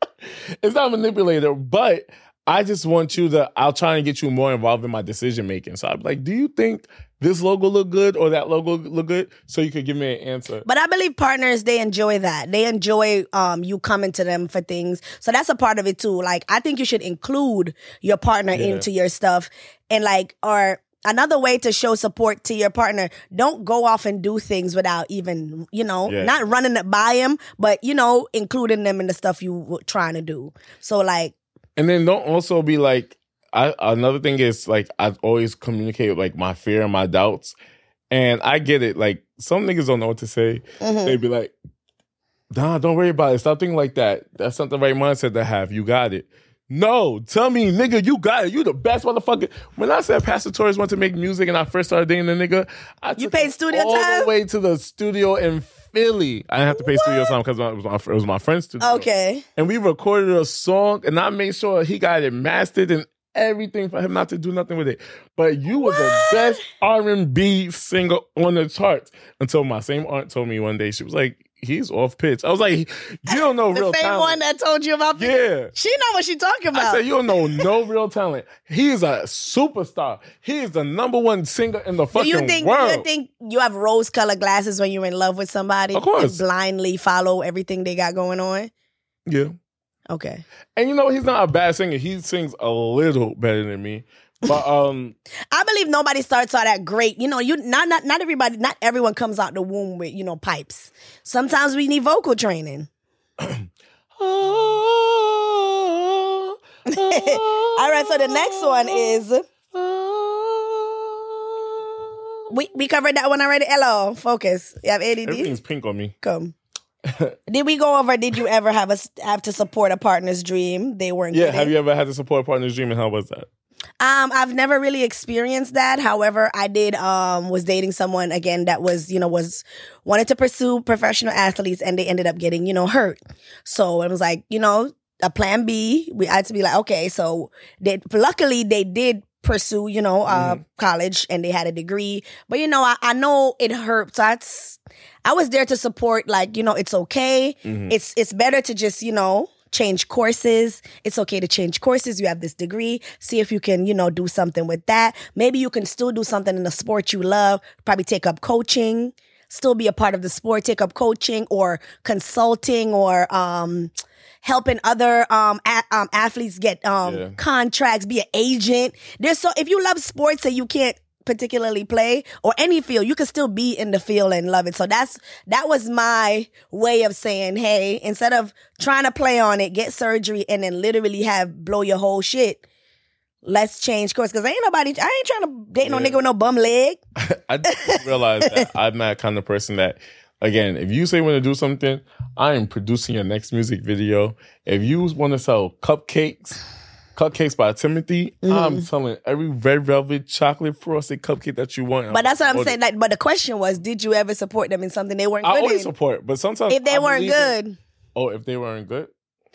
B: [laughs] it's not manipulator, but I just want you to. I'll try and get you more involved in my decision making. So I'm like, do you think this logo look good or that logo look good? So you could give me an answer.
C: But I believe partners they enjoy that. They enjoy um you coming to them for things. So that's a part of it too. Like I think you should include your partner
B: Yeah.
C: into your stuff and like or another way to show support to your partner don't go off and do things without even you know
B: Yeah.
C: not running it by them but you know including them in the stuff you were trying to do so like
B: And then don't also be like, I another thing is like I always communicate like my fear and my doubts. And I get it. Like some niggas don't know what to say.
C: mhm.
B: They'd be like, nah, don't worry about it. Stop thinking like that. That's not the right mindset to have. You got it. No, tell me, nigga, you got it. You the best motherfucker. When I said Pastor Torres wanted to make music and I first started dating the nigga, I took
C: paid
B: him
C: studio
B: all the
C: time?
B: way to the studio in Philly. I didn't have to pay studio time because it was my it was my friend's studio
C: okay
B: and we recorded a song and I made sure he got it mastered and everything for him not to do nothing with it. But you was the best R&B singer on the charts until my same aunt told me one day she was like he's off pitch. I was like you don't know
C: [laughs] the
B: real
C: same
B: talent.
C: one that told you about
B: yeah.
C: she know what she talking
B: I
C: about
B: said, you don't know no real talent. He is a superstar. He is the number one singer in the
C: Do
B: fucking
C: you think do
B: world.
C: you think you have rose colored glasses when you're in love with somebody?
B: Of course.
C: And blindly follow everything they got going on?
B: yeah.
C: Okay.
B: And you know, he's not a bad singer. He sings a little better than me. But um,
C: I believe nobody starts out that great. You know, you not not not everybody, not everyone comes out the womb with you know pipes. Sometimes we need vocal training. [laughs] All right, so the next one is we we covered that one already. Hello, focus. You have ADD.
B: everything's pink on me. [laughs]
C: Come. did we go over? Did you ever have a s- have to support a partner's dream? They weren't.
B: Yeah,
C: getting-
B: have you ever had to support a partner's dream and how was that?
C: Um, I've never really experienced that. However, I did um was dating someone again that was, you know, was wanted to pursue professional athletes and they ended up getting, you know, hurt. So it was like, you know, a plan B. We had to be like, okay, so they luckily they did pursue, you know, uh college and they had a degree. But you know, I, I know it hurt. So that's I was there to support, like, you know, it's okay
B: Mhm.
C: it's it's better to just you know change courses it's okay to change courses you have this degree see if you can you know do something with that maybe you can still do something in the sport you love probably take up coaching still be a part of the sport take up coaching or consulting or um helping other um, a- um athletes get um
B: Yeah.
C: contracts be an agent there's so if you love sports and you can't particularly play or any field you can still be in the field and love it so that's that was my way of saying hey instead of trying to play on it get surgery and then literally have blow your whole shit let's change course because ain't nobody i ain't trying to date no
B: Yeah.
C: nigga with no bum leg
B: I just realized
C: [laughs]
B: that I'm that kind of person that, again, if you say you want to do something, I am producing your next music video. If you want to sell cupcakes, cupcakes by Timothy, I'm selling every red velvet chocolate frosted cupcake that you want.
C: but that's what i'm
B: Order.
C: saying like but the question was did you ever support them in something they weren't
B: I
C: good
B: always
C: in?
B: support, but sometimes
C: if they
B: I
C: weren't
B: believe in-
C: good
B: oh, if they weren't good,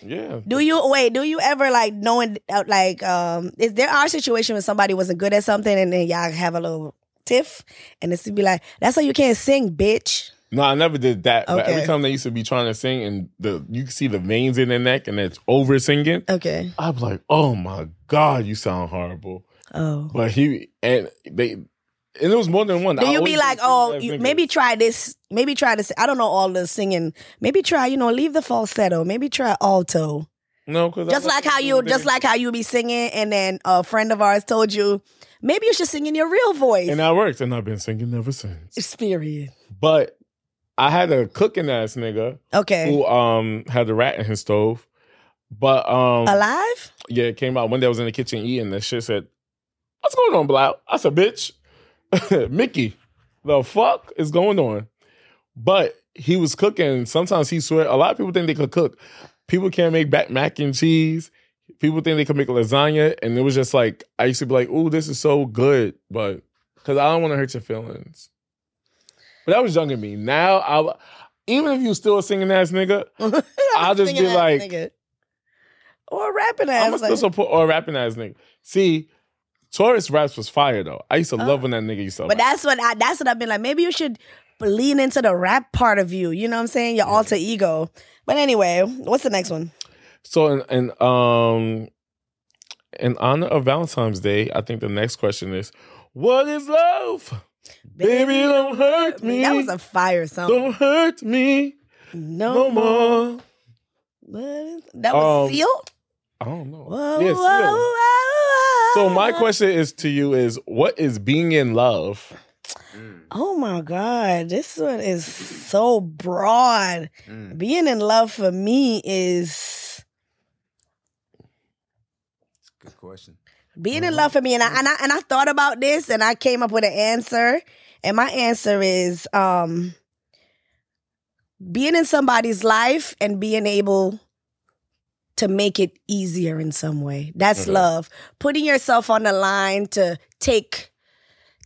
B: yeah,
C: Do you wait? Do you ever like knowing uh, like um is there our situation when somebody wasn't good at something and then y'all have a little tiff and it's to be like that's why you can't sing, bitch.
B: No, I never did that. But every
C: Okay.
B: time they used to be trying to sing and the you could see the veins in their neck and it's over singing,
C: Okay.
B: I'm like, oh my God, you sound horrible.
C: Oh.
B: But he and they and it was more than one.
C: Do
B: I
C: you
B: always
C: be
B: did
C: like,
B: sing
C: oh,
B: as
C: you,
B: niggas.
C: maybe try this, maybe try this. I don't know all the singing. Maybe try, you know, leave the falsetto. Maybe try alto.
B: no, because
C: Just like how you, just like how you be singing, and then a friend of ours told you, maybe you should sing in your real voice.
B: and that worked, and I've been singing ever since.
C: Experience.
B: But I had a cooking ass nigga
C: Okay.
B: who um had a rat in his stove, but um
C: Alive.
B: yeah, it came out one day. I was in the kitchen eating, and shit said, "What's going on, Blau?" I said, "Bitch, [laughs] Mickey, the fuck is going on?" But he was cooking. Sometimes he swear. A lot of people think they could cook. People can't make back mac and cheese. People think they could make lasagna, and it was just like I used to be like, "Ooh, this is so good," but because I don't want to hurt your feelings. But that was younger me. Now I, even if you still a singing ass nigga,
C: [laughs]
B: I'll just
C: Singing
B: be
C: ass
B: like-
C: nigga. or rapping
B: I'm
C: ass.
B: gonna still
C: Like,
B: support or rapping ass nigga. See, Taurus raps was fire though. I used to love when that nigga used to.
C: Uh, but
B: rap.
C: that's what I, that's what I've been like. Maybe you should lean into the rap part of you. You know what I'm saying? Your alter ego. But anyway, what's the next one?
B: so in, in um in honor of Valentine's Day, I think the next question is, what is love? Baby, don't hurt me.
C: That was a fire song.
B: don't hurt me
C: no,
B: no more.
C: What? That was
B: Um,
C: Seal.
B: I don't know.
C: Whoa,
B: Yeah,
C: whoa,
B: still.
C: whoa,
B: So my
C: whoa.
B: question is to you is what is being in love?
C: Oh my God, this one is so broad.
A: Mm.
C: Being in love for me is
A: Good question.
C: being in love for me and I, and I and I thought about this and I came up with an answer and my answer is um being in somebody's life and being able to make it easier in some way that's
B: Okay.
C: love putting yourself on the line to take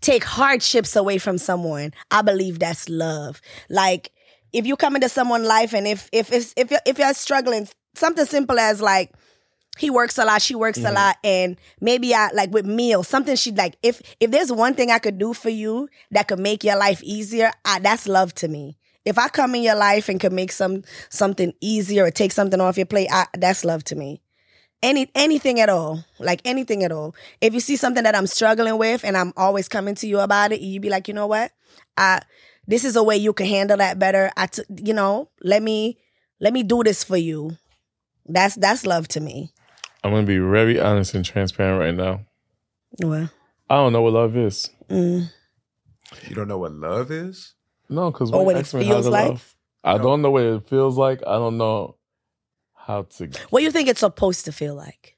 C: take hardships away from someone i believe that's love like if you come into someone's life and if if if if you're, if you're struggling something simple as like he works a lot she works a lot and maybe i like with meals something she like if if there's one thing i could do for you that could make your life easier I, that's love to me if i come in your life and could make some something easier or take something off your plate I, that's love to me any anything at all like anything at all if you see something that i'm struggling with and i'm always coming to you about it you be like you know what i this is a way you can handle that better I, t- you know let me let me do this for you that's that's love to me
B: I'm gonna be very honest and transparent right now.
C: Well,
B: I don't know what love is.
C: mm.
A: You don't know what love is?
B: No, because
C: Or what it feels like?
B: I
A: No.
B: don't know what it feels like. I don't know how to.
C: what you think it's supposed to feel like?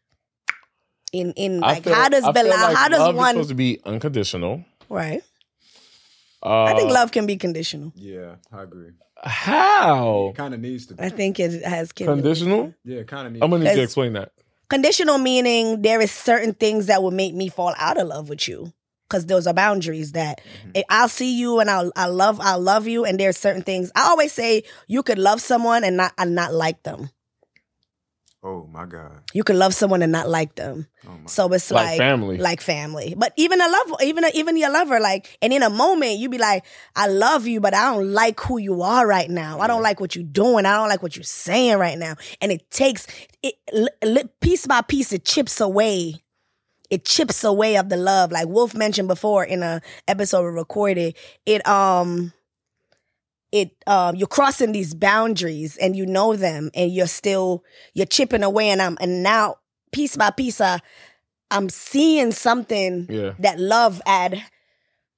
C: In in
B: I
C: like
B: feel-
C: how does
B: I feel
C: Bella?
B: like
C: how does
B: love Is
C: one?
B: supposed to be unconditional.
C: right.
B: Uh,
C: I think love can be conditional.
A: Yeah, I agree.
B: How
A: It kind of needs to be.
C: I think it has can be-
B: conditional?
A: Yeah, it kind of needs
B: I'm gonna need you to
C: It's-
B: explain that.
C: conditional meaning there is certain things that would make me fall out of love with you because those are boundaries that I- i'll see you and i'll i love i love you and there's certain things i always say you could love someone and not and not like them
A: Oh, my God.
C: you could love someone and not like them
A: Oh, my
C: so it's
B: Like,
C: like
B: family.
C: like family but even a love even a, even your lover like and in a moment you be like i love you but i don't like who you are right now i don't like what you're doing i don't like what you're saying right now and it takes it li- li- piece by piece it chips away it chips away of the love like wolf mentioned before in a episode we recorded it um it um you're crossing these boundaries and you know them and you're still you're chipping away and i'm and now piece by piece i i'm seeing something
B: Yeah.
C: that love had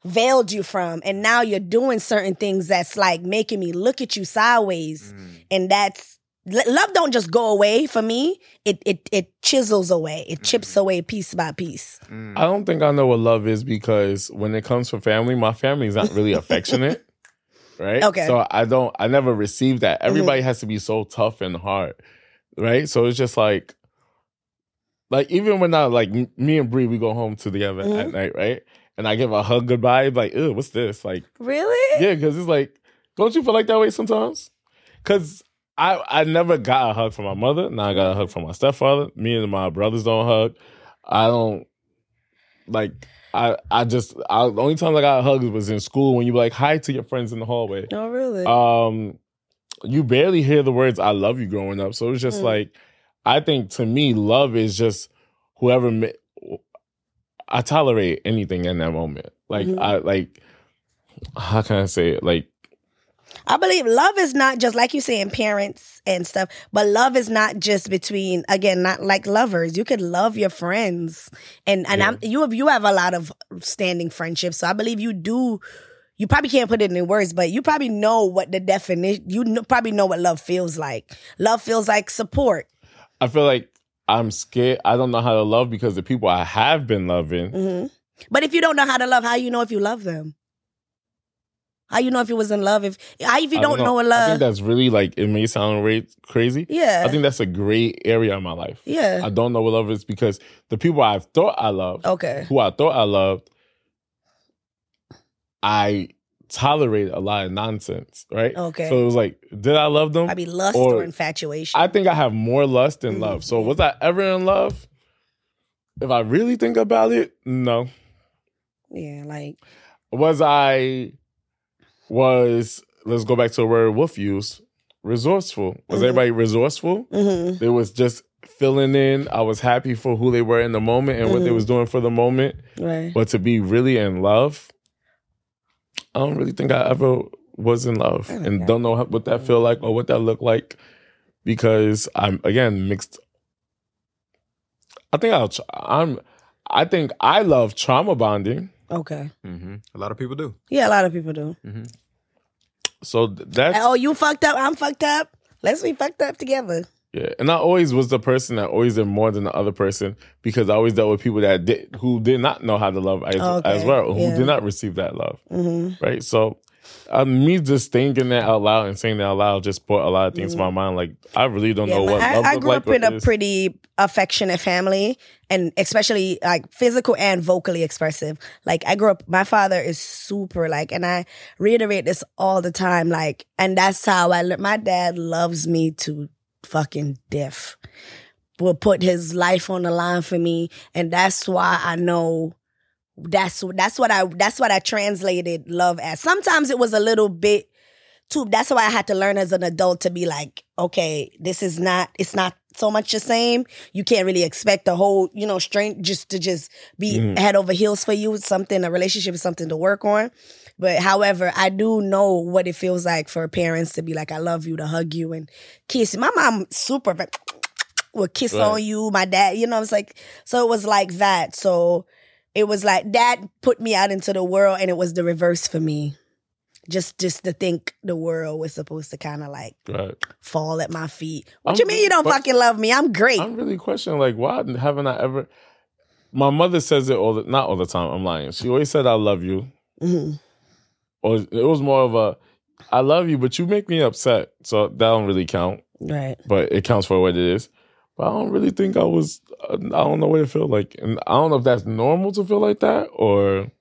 C: veiled you from and now you're doing certain things that's like making me look at you sideways
A: Mm.
C: and that's l- love don't just go away for me it it it chisels away it chips away piece by piece
A: Mm.
B: I don't think I know what love is because when it comes to family, my family is not really affectionate. Right?
C: Okay.
B: So I don't I never received that. Everybody has to be so tough and hard. Right? So it's just like like even when I like m- me and Bree, we go home to together at
C: Mhm.
B: night, right? And I give a hug goodbye, like, ew, what's this? Like,
C: really
B: yeah, because it's like, don't you feel like that way sometimes? Because I I never got a hug from my mother. Now I got a hug from my stepfather. Me and my brothers don't hug. I don't like. I I just I, the only time I got hugs was in school when you were like hi to your friends in the hallway.
C: no Oh, really
B: Um, you barely hear the words "I love you" growing up, so it's just
C: Mm.
B: like I think to me, love is just whoever ma- I tolerate anything in that moment. Like
C: Mhm.
B: I like how can I say it? Like
C: I believe love is not just like you saying parents and stuff, but love is not just between again, not like lovers. You could love your friends, and and I'm, you have you have a lot of standing friendships, so I believe you do. You probably can't put it in words, but you probably know what the definition. You kn- probably know what love feels like. Love feels like support.
B: I feel like I'm scared. I don't know how to love because the people I have been loving.
C: hmm But if you don't know how to love, how you know if you love them? How you know if you was in love? If how if you
B: I
C: don't, know,
B: I
C: a
B: think
C: love?
B: that's really like it may sound ra- crazy.
C: yeah,
B: I think that's a great area in my life.
C: yeah.
B: I don't know what love is because the people I thought I loved,
C: okay.
B: who I thought I loved, I tolerated a lot of nonsense, right?
C: Okay.
B: So it was like, did I love them?
C: I be Mm-hmm, lust
B: Or-
C: or, infatuation.
B: I think I have more lust than love. So was I ever in love? If I really think about it, no.
C: yeah, like
B: was I was let's go back to the word Wolf used resourceful. Was
C: Mhm.
B: everybody resourceful?
C: mm-hmm.
B: They was just filling in. I was happy for who they were in the moment and what they
C: Mhm.
B: was doing for the moment.
C: right.
B: But to be really in love, I don't really think I ever was in love
C: I like
B: and
C: that.
B: don't know how- what that feel like or what that looked like because I'm again mixed. I think I'll, tr- I'm, I think I love trauma bonding.
C: Okay.
A: Mhm. A lot of people do.
C: Yeah, a lot of people do.
B: So th- that's
C: oh, you fucked up. I'm fucked up. Let's be fucked up together.
B: Yeah, and I always was the person that always did more than the other person because I always dealt with people that did who did not know how to love as,
C: Oh, Okay,
B: as well, who
C: yeah.
B: did not receive that love,
C: Mm-hmm.
B: right? So, um, me just thinking that out loud and saying that out loud just brought a lot of things to my mind. Like I really don't
C: Mm-hmm. Yeah,
B: know what
C: I,
B: love
C: I
B: look
C: grew
B: like
C: up
B: or
C: in a
B: is.
C: pretty affectionate family, and especially like physical and vocally expressive. Like I grew up, my father is super like, and I reiterate this all the time. Like, and that's how I. learned. My dad loves me to fucking death. Will put his life on the line for me, and that's why I know that's that's what I that's what I translated love as. Sometimes it was a little bit too. That's why I had to learn as an adult to be like, okay, this is not. It's not so much the same. You can't really expect the whole, you know, strength just to just be
B: Mhm.
C: head over heels for you. It's something a relationship is something to work on. But however, I do know what it feels like for parents to be like, I love you, to hug you and kiss. you. My mom super would kiss
B: Right.
C: on you. My dad, you know, it's like so. It was like that. So it was like that put me out into the world and it was the reverse for me. Just just to think the world was supposed to kind of like
B: Right.
C: fall at my feet. What
B: I'm-
C: you mean you don't
B: but-
C: fucking love me? I'm great.
B: I'm really questioning, like, why haven't I ever? My mother says it all the not all the time. I'm lying. She always said, "I love you,"
C: Mhm.
B: or it was more of a, "I love you," but you make me upset, so that don't really count.
C: Right.
B: But it counts for what it is. But I don't really think I was. uh, I don't know what it felt like, and I don't know if that's normal to feel like that or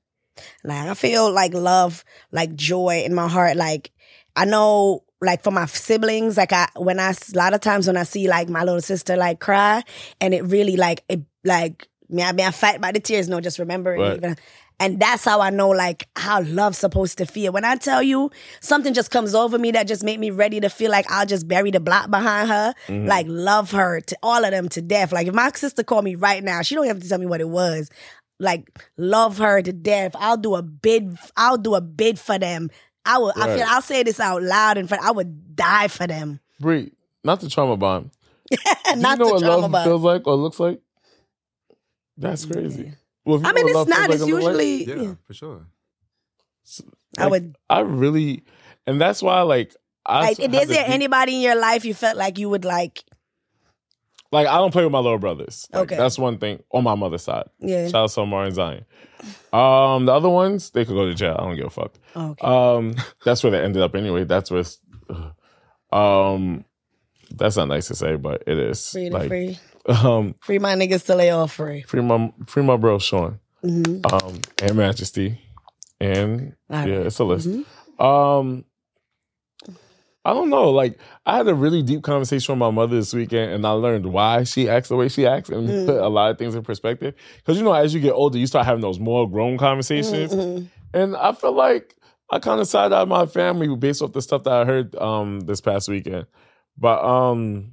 C: Like I feel like love, like joy in my heart. Like I know, like for my siblings, like I when I a lot of times when I see like my little sister like cry, and it really like it like me I me I fight by the tears. No, just remember
B: Right.
C: it. Even, and that's how I know like how love's supposed to feel. When I tell you something just comes over me that just make me ready to feel like I'll just bury the block behind her,
B: Mhm.
C: like love her to all of them to death. Like if my sister called me right now, she don't have to tell me what it was. Like love her to death. I'll do a bid. I'll do a bid for them. I will. I feel.
B: Right.
C: I'll say this out loud in front. I would die for them. [laughs]
B: Bree, not the trauma bond. Do
C: Not
B: you know
C: the
B: what
C: trauma.
B: love
C: bond.
B: feels like or looks like? That's crazy. Well, if you
C: I
B: know
C: mean,
B: what
C: it's
B: love feels
C: not.
B: like
C: it's
B: and look like-
C: usually.
A: Yeah, for sure.
C: I would.
B: I really, and that's why, like, I s-
C: Like,
B: had
C: is
B: to
C: there
B: be-
C: anybody in your life you felt like you would like?
B: like I don't play with my little brothers. Like,
C: Okay.
B: that's one thing on my mother's side.
C: Yeah.
B: Shout out to Omar and Zion. Um, the other ones they could go to jail. I don't give a fuck.
C: Okay.
B: Um, that's where they ended up anyway. That's where, it's- ugh. um, that's not nice to say, but it is.
C: free to
B: like,
C: free.
B: [laughs] um,
C: Free my niggas till they all free.
B: free my free my bro Sean,
C: hmm
B: um, and Majesty, and
C: All
B: yeah,
C: right.
B: it's a list.
C: Mhm.
B: Um, I don't know. Like, I had a really deep conversation with my mother this weekend, and I learned why she acts the way she acts, and
C: Mm.
B: put a lot of things in perspective. Because you know, as you get older, you start having those more grown conversations,
C: Mhm.
B: and I feel like I kind of side eyed my family based off the stuff that I heard um this past weekend, but um.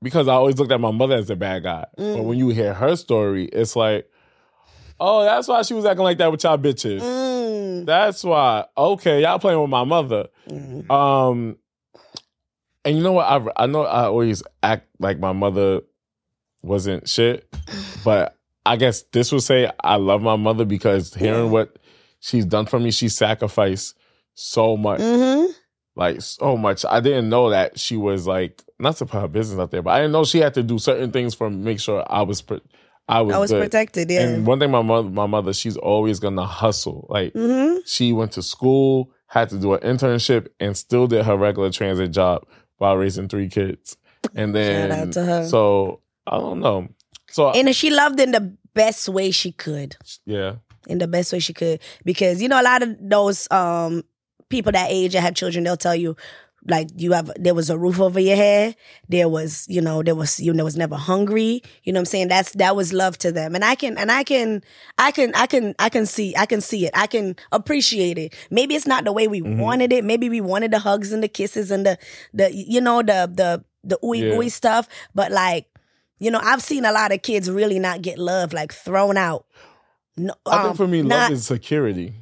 B: Because I always looked at my mother as the bad guy. But
C: Mm.
B: when you hear her story, it's like, oh, that's why she was acting like that with y'all bitches.
C: Mm.
B: That's why. Okay, y'all playing with my mother.
C: Mhm.
B: Um, and you know what? I I know I always act like my mother wasn't
C: [laughs]
B: shit, but I guess this would say I love my mother because hearing
C: Yeah.
B: what she's done for me, she sacrificed so much,
C: Mhm.
B: like so much. I didn't know that she was like not to put her business out there, but I didn't know she had to do certain things for make sure I was pr- I was,
C: I was
B: good.
C: protected. Yeah.
B: And one thing my mother, my mother, she's always gonna hustle, like.
C: hmm
B: She went to school, had to do an internship, and still did her regular transit job while raising three kids. And then,
C: Shout out to her.
B: so I don't know. So
C: and she loved in the best way she could
B: yeah,
C: in the best way she could because you know a lot of those um people that age that have children they'll tell you like you have there was a roof over your head there was you know there was you know was never hungry you know what i'm saying that's that was love to them and i can and i can i can i can i can see i can see it i can appreciate it maybe it's not the way we
B: Mhm.
C: wanted it maybe we wanted the hugs and the kisses and the the you know the the the ooey
B: Yeah.
C: gooey stuff but like you know i've seen a lot of kids really not get love like thrown out no,
B: I
C: um,
B: think for me,
C: not-
B: love is security.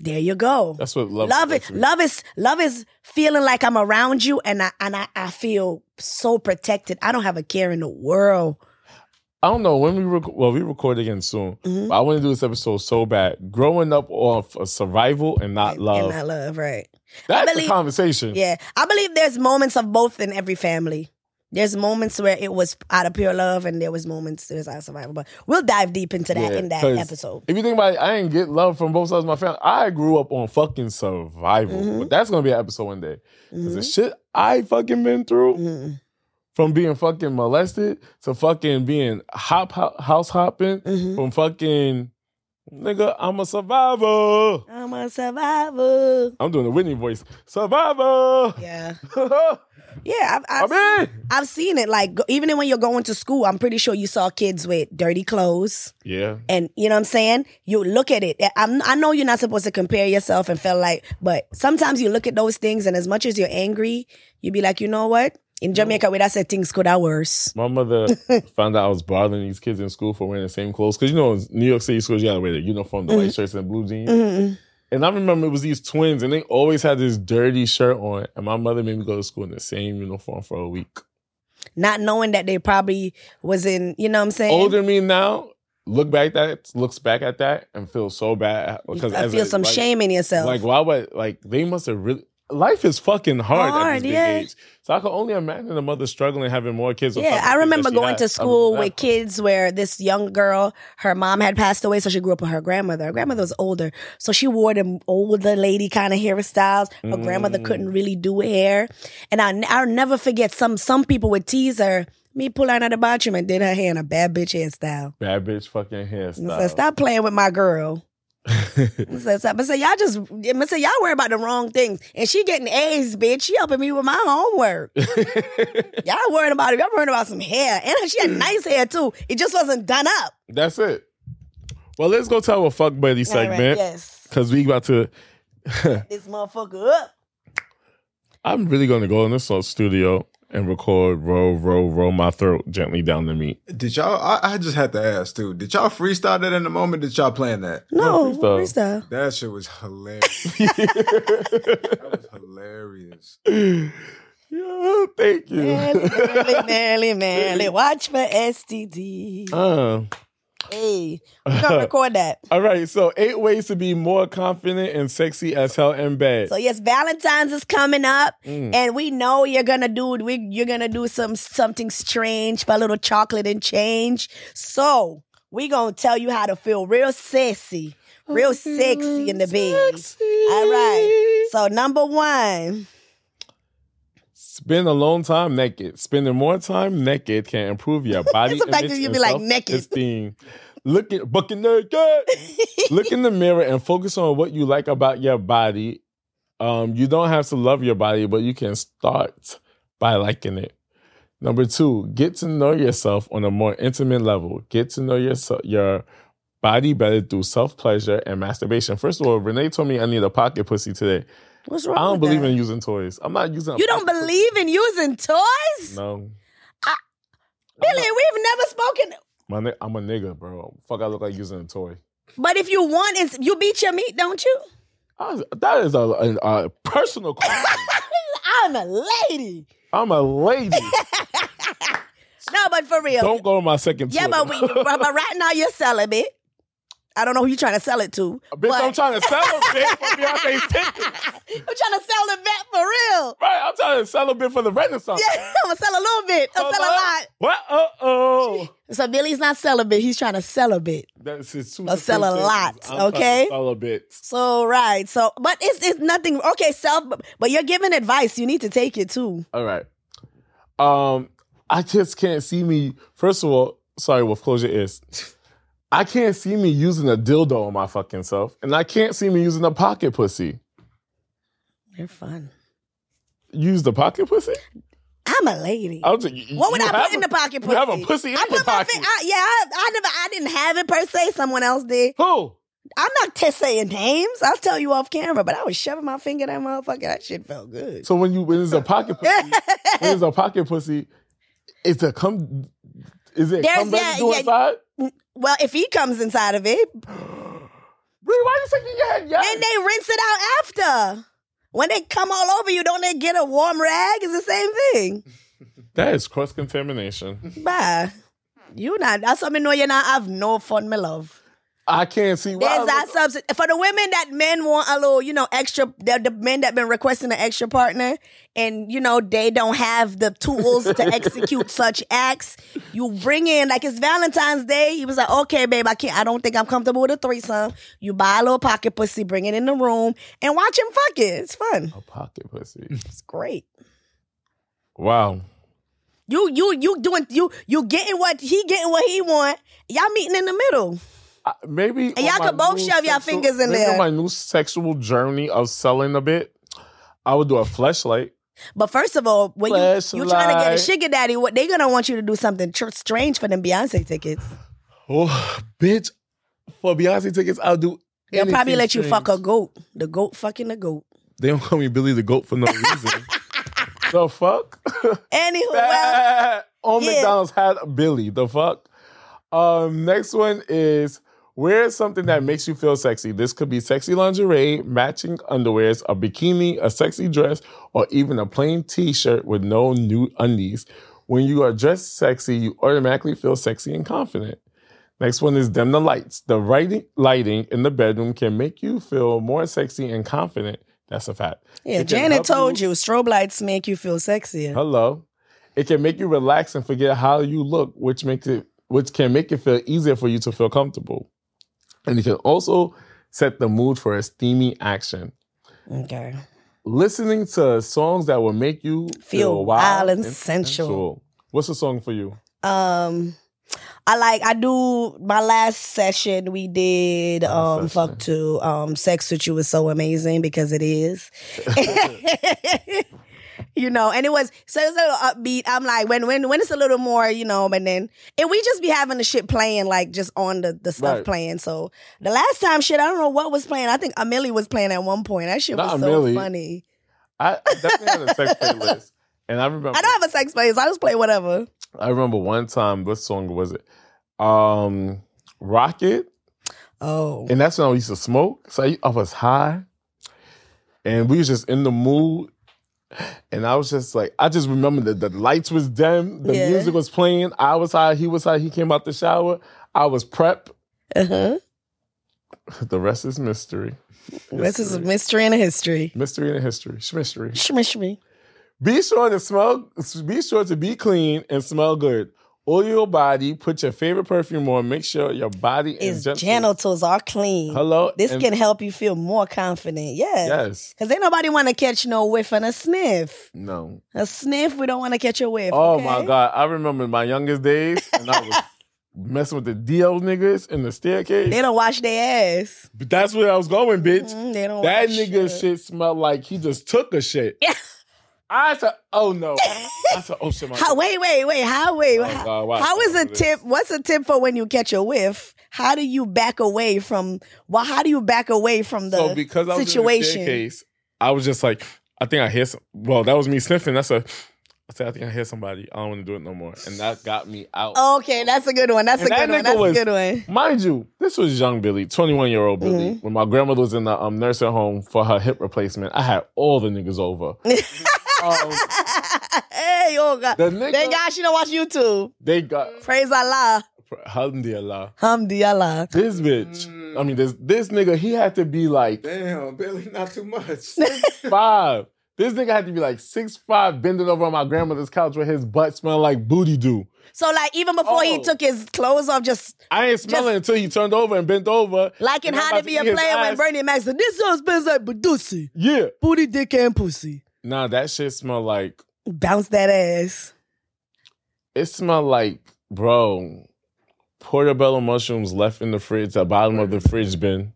C: there you go.
B: That's what love.
C: Love,
B: is
C: it.
B: to me.
C: Love is love is feeling like I'm around you and I and I, I feel so protected. I don't have a care in the world.
B: I don't know when we rec- well we record again soon.
C: Mhm.
B: But I want to do this episode so bad. Growing up off of survival and not love.
C: And not love, right.
B: That's
C: believe-
B: the conversation.
C: Yeah. I believe there's moments of both in every family. There's moments where it was out of pure love and there was moments it was out of survival. But we'll dive deep into that
B: Yeah,
C: in that
B: 'cause
C: episode.
B: If you think about it, I didn't get love from both sides of my family. I grew up on fucking survival.
C: Mhm.
B: But that's gonna be an episode one day. 'Cause
C: Mhm.
B: the shit I fucking been through
C: Mhm.
B: from being fucking molested to fucking being hop, hop house hopping
C: Mhm.
B: from fucking nigga, I'm a survivor.
C: I'm a survivor.
B: I'm doing the Whitney voice. Survivor.
C: Yeah.
B: [laughs] I'm
C: Yeah. I've, I've
B: in.
C: I've seen it. Like go- even when you're going to school, I'm pretty sure you saw kids with dirty clothes,
B: Yeah.
C: and you know what I'm saying. You look at it. I'm, I know you're not supposed to compare yourself and feel like, but sometimes you look at those things, and as much as you're angry, you be like, you know what? In Jamaica, we that said things could have worse.
B: My mother found out I was bothering these kids in school for wearing the same clothes. Cause you know, in New York City schools, you gotta wear the uniform, the white shirts and blue jeans.
C: Mm-mm.
B: And I remember it was these twins, and they always had this dirty shirt on. And my mother made me go to school in the same uniform for a week.
C: Not knowing that they probably was in, you know what I'm saying?
B: Older me now, look back that looks back at that and feels so bad because
C: I
B: as
C: feel
B: a-
C: some
B: like-
C: shame in yourself.
B: Like why would like they must have really life is fucking hard, at
C: Hard,
B: this big
C: yeah.
B: age. So I can only imagine a mother struggling having more kids. or
C: Yeah,
B: fucking
C: I
B: kids
C: remember
B: that she
C: going
B: had.
C: to school
B: I remember
C: with kids where this young girl, her mom had passed away, so she grew up with her grandmother. Her grandmother was older, so she wore them older lady kind of hairstyles. Her grandmother
B: Mm.
C: couldn't really do hair, and I I'll never forget some some people would tease her. Me pull her out of the bathroom and did her hair in a bad bitch hairstyle.
B: that. bad bitch fucking
C: And I said,
B: hairstyle.
C: "Stop playing with my girl." I said, "Stop." I said, "Y'all just," I said, "Y'all worry about the wrong things." And she getting A's, bitch. She helping me with my homework. Y'all worried about it. Y'all worried about some hair. And she had nice hair too. It just wasn't done up.
B: [laughs] That's it. Well, let's go to our fuck buddy segment
C: Yes.
B: because we about to.
C: This motherfucker up.
B: I'm really gonna go in this little studio and record roll, roll, roll my throat gently down the
C: [laughs]
B: meat.
A: Did y'all? I, I just had to ask too. Did y'all freestyle that in the moment? Did y'all plan that?
C: No,
B: No,
C: freestyle.
B: freestyle.
A: That shit was hilarious. [laughs] that was hilarious.
B: yeah, thank
C: Merrily, merrily,
B: you. [laughs]
C: merrily, merrily. Watch for STD.
B: Uh,
C: Hey, we're gonna record that.
B: all right, so eight ways to be more confident and sexy as hell in bed.
C: So yes, Valentine's is coming up,
B: Mm.
C: and we know you're gonna do we, you're gonna do some something strange for a little chocolate and change. So we gonna tell you how to feel real sexy, real sexy in the bed. All right. So number one, [laughs]
B: Spend a long time naked. Spending more time naked can improve your body.
C: [laughs] It's the fact
B: image
C: that you
B: and
C: be like
B: self-esteem. Look at bucking naked. Look in the mirror and focus on what you like about your body. Um, you don't have to love your body, but you can start by liking it. Number two, get to know yourself on a more intimate level. Get to know yourself, your body better through self pleasure and masturbation. First of all, Renee told me I need a pocket pussy today.
C: what's
B: I
C: wrong?
B: don't
C: with
B: believe
C: that?
B: in using toys. I'm not using. a
C: You
B: [laughs]
C: don't
B: pocket pussy.
C: believe in using toys,
B: No.
C: I- Billy? We've never spoken.
B: My ni- I'm a nigga, bro. Fuck, I look like using a toy.
C: But if you want, it's, you beat your meat, don't you? [laughs]
B: I was- that is a, an- a personal question.
C: [laughs] I'm a lady.
B: I'm a lady.
C: No, but for real.
B: Don't go to my second
C: yeah,
B: Twitter.
C: but we, but but right now you're celibate. I don't know who you're trying to sell it to.
B: [laughs] Bitch,
C: but-
B: I'm trying to sell a
C: [laughs]
B: bit for Beyonce's
C: I'm
B: tickets.
C: trying to sell the vet for real.
B: Right, I'm trying to sell a bit for the Renaissance.
C: Yeah, [laughs] I'm gonna sell a little bit. I'm gonna sell a
B: Hello?
C: lot.
B: What? Uh oh.
C: So Billy's not celibate. He's trying to sell a bit.
B: That's his two
C: I'll sell a
B: different
C: lot,
B: things. I'm trying to
C: okay?
B: Sell a bit.
C: So right. So but it's it's nothing. Okay, self. But you're giving advice. You need to take it too.
B: All right. Um, I just can't see me. First of all, sorry, Wolf, close your ears. I can't see me using a dildo on my fucking self, and I can't see me using a pocket pussy.
C: You're fun.
B: Use the pocket pussy?
C: I'm a lady.
B: I was like,
C: What would
B: Oh, you
C: I
B: have
C: put in
B: a-
C: the pocket
B: you
C: pussy?
B: have a pussy in
C: I
B: your
C: put my
B: pocket.
C: fi- I, yeah, I, I never. I didn't have it per se. Someone else did.
B: Who?
C: I'm not t- saying names. I'll tell you off camera, but I was shoving my finger in that motherfucker. That shit felt good.
B: So when you when it's a pocket pussy, when it's a pocket pussy, it's a come. Is it
C: There's-
B: come back
C: yeah,
B: to do
C: yeah.
B: inside?
C: [laughs] well, if he comes inside of it,
B: Bree, why you shaking your head?
C: then
B: Yeah.
C: they rinse it out after. When they come all over you, don't they get a warm rag? It's the same thing.
B: [laughs] That is cross contamination.
C: Bye. You not. That's what me know. You not have no fun, my love.
B: I can't see why.
C: There's that substance for the women that men want a little, you know, extra. The, the men that been requesting an extra partner, and you know they don't have the tools to execute such acts. You bring in like it's Valentine's Day. He was like, "Okay, babe, I can't. I don't think I'm comfortable with a threesome." You buy a little pocket pussy, bring it in the room, and watch him fuck it. It's fun.
B: a pocket pussy.
C: It's great.
B: [laughs] Wow.
C: You you you doing you you getting what he getting what he want. Y'all meeting in the middle.
B: I- maybe on
C: y'all
B: my
C: could both
B: new
C: shove y'all
B: sexual-
C: fingers in
B: maybe
C: there.
B: On my new sexual journey of selling a bit, I would do a flashlight.
C: But first of all, when you you trying to get a
B: Flashlight.
C: sugar daddy, what they gonna want you to do something tr- strange for them Beyonce tickets?
B: Oh, bitch! For Beyonce tickets, I'll do.
C: They'll
B: anything
C: probably let you
B: strange.
C: fuck a goat. The goat fucking the goat.
B: They don't call me Billy the Goat for no
C: [laughs]
B: reason. the fuck? [laughs]
C: Anywho, [laughs] well,
B: on [laughs]
C: yeah.
B: McDonald's had Billy. The fuck? Um, next one is wear something that makes you feel sexy. This could be sexy lingerie, matching underwears, a bikini, a sexy dress, or even a plain t-shirt with no new undies. When you are dressed sexy, you automatically feel sexy and confident. Next one is dim the lights. The right lighting in the bedroom can make you feel more sexy and confident. That's a fact.
C: Yeah,
B: It can
C: Janet
B: help
C: told you strobe lights make you feel sexier.
B: Hello. It can make you relax and forget how you look, which makes it which can make it feel easier for you to feel comfortable. And it can also set the mood for a steamy action.
C: Okay.
B: Listening to songs that will make you feel,
C: Feel wild and sensual.
B: What's the song for you?
C: Um, I like I do my last session we did
B: Last
C: um
B: session.
C: fuck to um sex with you was so amazing because it is. [laughs] you know, and it was so it was a little upbeat. I'm like when when when it's a little more, you know, and then and we just be having the shit playing like just on the the stuff
B: Right.
C: playing. So the last time shit, I don't know what was playing. I think Amelie was playing at one point. That shit
B: Not
C: was so
B: Amelie.
C: funny.
B: I, I definitely had a
C: [laughs]
B: sex playlist. And I remember
C: I don't have a sex place. I just play whatever.
B: I remember one time, what song was it? Um, Rocket.
C: Oh.
B: And that's when I used to smoke. So I, I was high. And we was just in the mood. And I was just like, I just remember that the lights was dim, the
C: Yeah.
B: music was playing, I was high, he was high, he came out the shower, I was prep.
C: Uh-huh.
B: [laughs] The rest is mystery.
C: This is a mystery and a history.
B: Mystery and history. Sh- Mystery.
C: Shmishmi.
B: Be sure to smell. Be sure to be clean and smell good. Oil your body. Put your favorite perfume on. Make sure your body
C: His
B: and
C: genitals are clean.
B: Hello.
C: This
B: and-
C: can help you feel more confident. Yeah.
B: Yes.
C: Cause ain't nobody want to catch no whiff and a sniff.
B: No.
C: A sniff, we don't want to catch a whiff.
B: Oh
C: okay?
B: my God! I remember my youngest days, and I
C: [laughs]
B: was messing with the DL niggas in the staircase.
C: They don't wash their ass.
B: But that's where I was going, bitch.
C: Mm, they don't.
B: That
C: wash
B: nigga shit. smelled like he just took a shit.
C: Yeah.
B: I said, "Oh
C: [laughs]
B: no!" I said, "Oh shit!" My
C: How, wait, wait, wait. How wait?
B: Oh,
C: how-
B: God, why I
C: how
B: said
C: is a
B: this.
C: tip? What's a tip for when you catch a whiff? How do you back away from? Well, how do you back away from the?
B: so because I was
C: situation.
B: in the staircase, I was just like, I think I hear some. Well, that was me sniffing. That's a. I said, I think I hear somebody. I don't want to do it no more, and that got me out.
C: okay, that's a good one. That's
B: And
C: a
B: that
C: good one.
B: nigga
C: That's
B: was-
C: a good one. [laughs]
B: Mind you, this was young Billy, 21 year old Billy. When my grandmother was in the um, nursing home for her hip replacement, I had all the niggas over. Um,
C: Oh. hey, oh God.
B: the nigga,
C: Thank God she don't watch YouTube.
B: they got
C: Praise Allah.
B: Alhamdulillah.
C: Hamdi Allah.
B: This bitch, I mean, this this nigga, he had to be like
A: Damn, Billy, not too
C: [laughs]
A: much.
B: five. This nigga had to be like six five, bending over on my grandmother's couch with his butt smelling like booty do.
C: So like even before he
B: Oh.
C: took his clothes off, just
B: I ain't smelling until he turned over and bent over.
C: like in
B: And I'm
C: how
B: about
C: to be
B: to
C: a
B: eat his
C: player when
B: ass.
C: Bernie Mac said, This song smells like Badusi.
B: Yeah.
C: Booty, dick, and pussy.
B: Nah, that shit smelled like
C: Bounce that ass.
B: It smelled like, bro, portobello mushrooms left in the fridge, the bottom of the fridge bin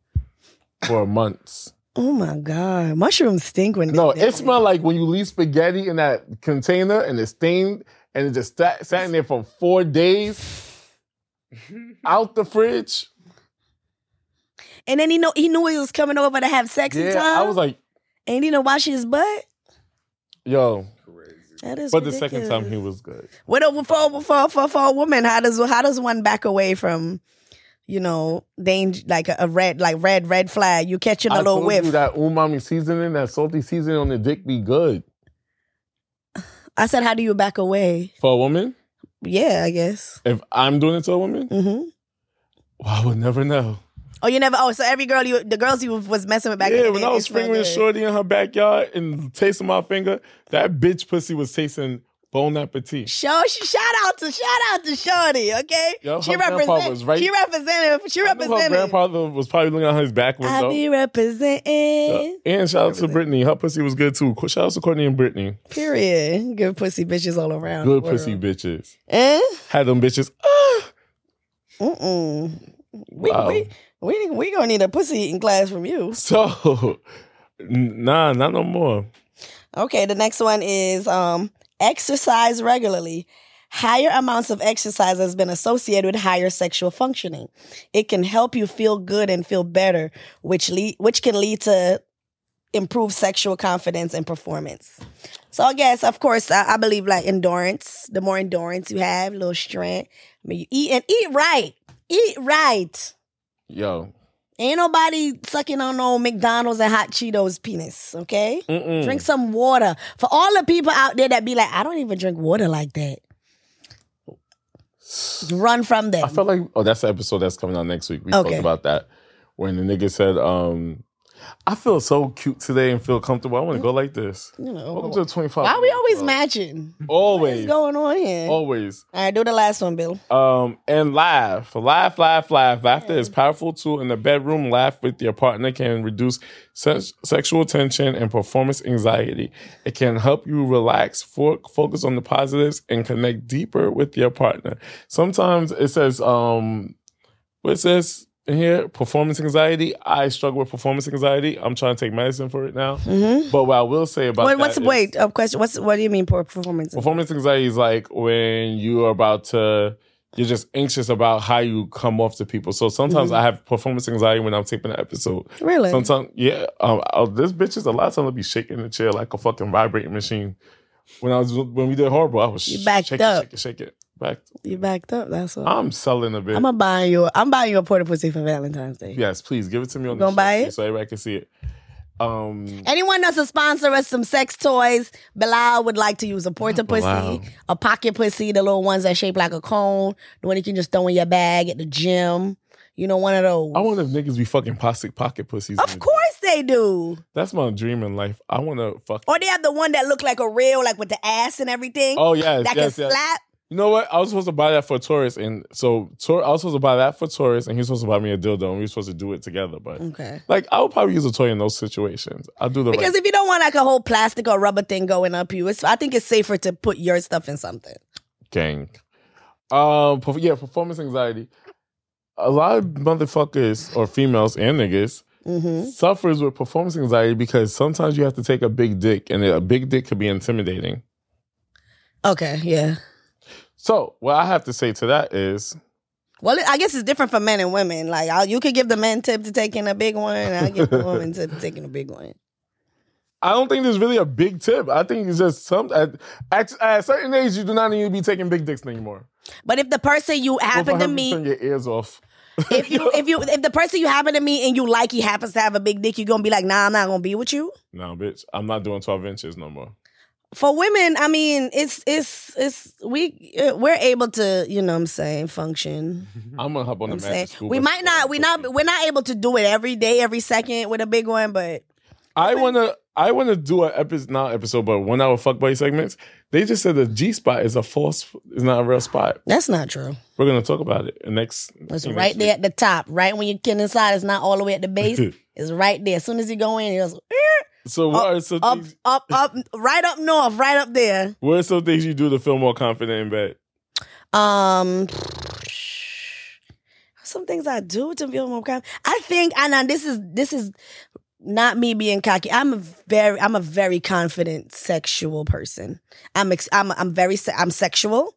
B: for months.
C: Oh my God. Mushrooms stink when they
B: No,
C: they're-
B: it smelled like when you leave spaghetti in that container and it's stained and it just sat, sat in there for four days
C: [laughs]
B: out the fridge.
C: And then he know he knew he was coming over to have sex in
B: Yeah,
C: time.
B: I was like,
C: and he didn't wash his butt.
B: yo.
C: That is
B: But the second time
C: ridiculous.
B: he was good.
C: What a, for for for for a woman, how does how does one back away from, you know, danger like a, a red like red red flag? You catching a
B: I
C: little
B: told
C: whiff.
B: you that umami seasoning, that salty seasoning on the dick be good.
C: I said, how do you back away?
B: For a woman,
C: Yeah, I guess.
B: if I'm doing it to a woman,
C: hmm
B: well, I would never know.
C: Oh, you never. Oh, so every girl you the girls you was messing with back. in
B: yeah,
C: the
B: when
C: day,
B: I
C: they
B: was
C: smell
B: fingering
C: good.
B: Shorty in her backyard and tasting my finger, that bitch pussy was tasting Bon Appetit.
C: Show shout out to shout out to Shorty. Okay,
B: Yo, her grandpa was right-
C: She represented. She
B: I knew her
C: represented.
B: grandfather was probably looking at his back
C: I
B: window.
C: be representing.
B: Yeah. And shout out to Brittany. Her pussy was good too. Shout out to Courtney and Brittany.
C: Period. Good pussy bitches all around.
B: Good
C: the
B: pussy
C: world.
B: bitches.
C: Eh?
B: Had them bitches. Ah,
C: Mm-mm. We,
B: Wow.
C: we we we gonna need a pussy eating class from you.
B: so, [laughs] n- nah, not no more.
C: Okay, the next one is um exercise regularly. Higher amounts of exercise has been associated with higher sexual functioning. It can help you feel good and feel better, which lead which can lead to improved sexual confidence and performance. So I guess, of course, I, I believe like endurance. The more endurance you have, little strength. I mean, you eat and eat right. Eat right.
B: Yo.
C: Ain't nobody sucking on no McDonald's and hot Cheetos penis, okay?
B: Mm-mm.
C: Drink some water. For all the people out there that be like, I don't even drink water like that. Run from them.
B: I felt like oh, that's the episode that's coming out next week. We
C: Okay.
B: talked about that when the nigga said, um, "I feel so cute today and feel comfortable. I
C: Mm.
B: want to go like this."
C: you know,
B: Welcome to the Oh. twenty five.
C: why are we always matching? What's
B: Always,
C: going on here?
B: always.
C: All right, do the last one, Bill.
B: Um, and laugh, laugh, laugh, laugh. Laughter is powerful tool in the bedroom. Laugh with your partner can reduce se- sexual tension and performance anxiety. It can help you relax, fo- focus on the positives, and connect deeper with your partner. Sometimes it says, um, what it says in here, performance anxiety. I struggle with performance anxiety. I'm trying to take medicine for it now.
C: Mm-hmm.
B: But what I will say about
C: Wait, what's
B: that is-
C: wait? Um, question. What's what do you mean per- performance?
B: Performance anxiety is like when you are about to, you're just anxious about how you come off to people. So sometimes I have performance anxiety when I'm taping an episode.
C: Mm-hmm. Really?
B: Sometimes, yeah, um, I'll- this bitch is a lot of times I'll be shaking the chair like a fucking vibrating machine. When I was when we did horrible, I was
C: You
B: sh-
C: backed
B: shaking,
C: up.
B: shaking, shaking, back.
C: You backed up. That's all.
B: I'm selling a bit.
C: I'm gonna buy you. I'm buying you a porta pussy for Valentine's Day.
B: yes, please give it to me on the
C: gonna
B: show
C: buy it?
B: so everybody can see it. Um,
C: Anyone that's a sponsor us some sex toys, Bilal would like to use a porta
B: Bilal.
C: pussy, a pocket pussy, the little ones that shape like a cone, the one you can just throw in your bag at the gym. You know, one of those.
B: I wonder if niggas be fucking plastic pocket pussies.
C: of course they do.
B: that's my dream in life. I want to fuck.
C: Or they have the one that look like a real, like with the ass and everything.
B: Oh yes,
C: that
B: yes,
C: can
B: yes.
C: slap.
B: You know what? I was supposed to buy that for Taurus, and so Tor- I was supposed to buy that for Taurus, and he was supposed to buy me a dildo, and we were supposed to do it together. But
C: Okay.
B: like, I would probably use a toy in those situations. I'll do the
C: Because
B: right.
C: if you don't want like a whole plastic or rubber thing going up you, it's, I think it's safer to put your stuff in something.
B: gang. Um, perf- yeah, performance anxiety. A lot of motherfuckers or females and niggas
C: Mm-hmm.
B: suffers with performance anxiety because sometimes you have to take a big dick, and a big dick could be intimidating.
C: Okay. Yeah.
B: So what I have to say to that is,
C: Well, I guess it's different for men and women. Like i you could give the men tip to taking a big one, and I give the woman tip to taking a big one.
B: I don't think there's really a big tip. I think it's just some at, at, at a certain age you do not need to be taking big dicks anymore.
C: But if the person you happen
B: Well,
C: to
B: for her,
C: meet,
B: turn your ears off.
C: if you if you if the person you happen to meet and you like, he happens to have a big dick, you gonna be like, nah, I'm not gonna be with you.
B: No, bitch, I'm not doing 12 inches no more.
C: For women, I mean, it's it's it's we uh, we're able to, you know, what I'm saying, function.
B: I'm gonna hop on
C: Mm-hmm. I'm
B: the magic
C: saying
B: school.
C: we
B: bus
C: might
B: and
C: not
B: go
C: we
B: see.
C: not we're not able to do it every day, every second with a big one, but
B: I wanna I wanna do an episode not episode, but one hour fuck buddy segments. They just said the G spot is a false is not a real spot.
C: that's not true.
B: We're gonna talk about it in next
C: It's
B: in
C: right
B: next
C: there at the top, right when you get inside. It's not all the way at the base.
B: week.
C: It's right there. As soon as you go in, it's
B: [laughs] So what are some
C: up,
B: things
C: up, up, right up north, right up there.
B: what are some things you do to feel more confident in bed?
C: Um, [sighs] some things I do to feel more confident. I think, and now this is this is not me being cocky. I'm a very, I'm a very confident sexual person. I'm, ex- I'm, I'm very, se- I'm sexual.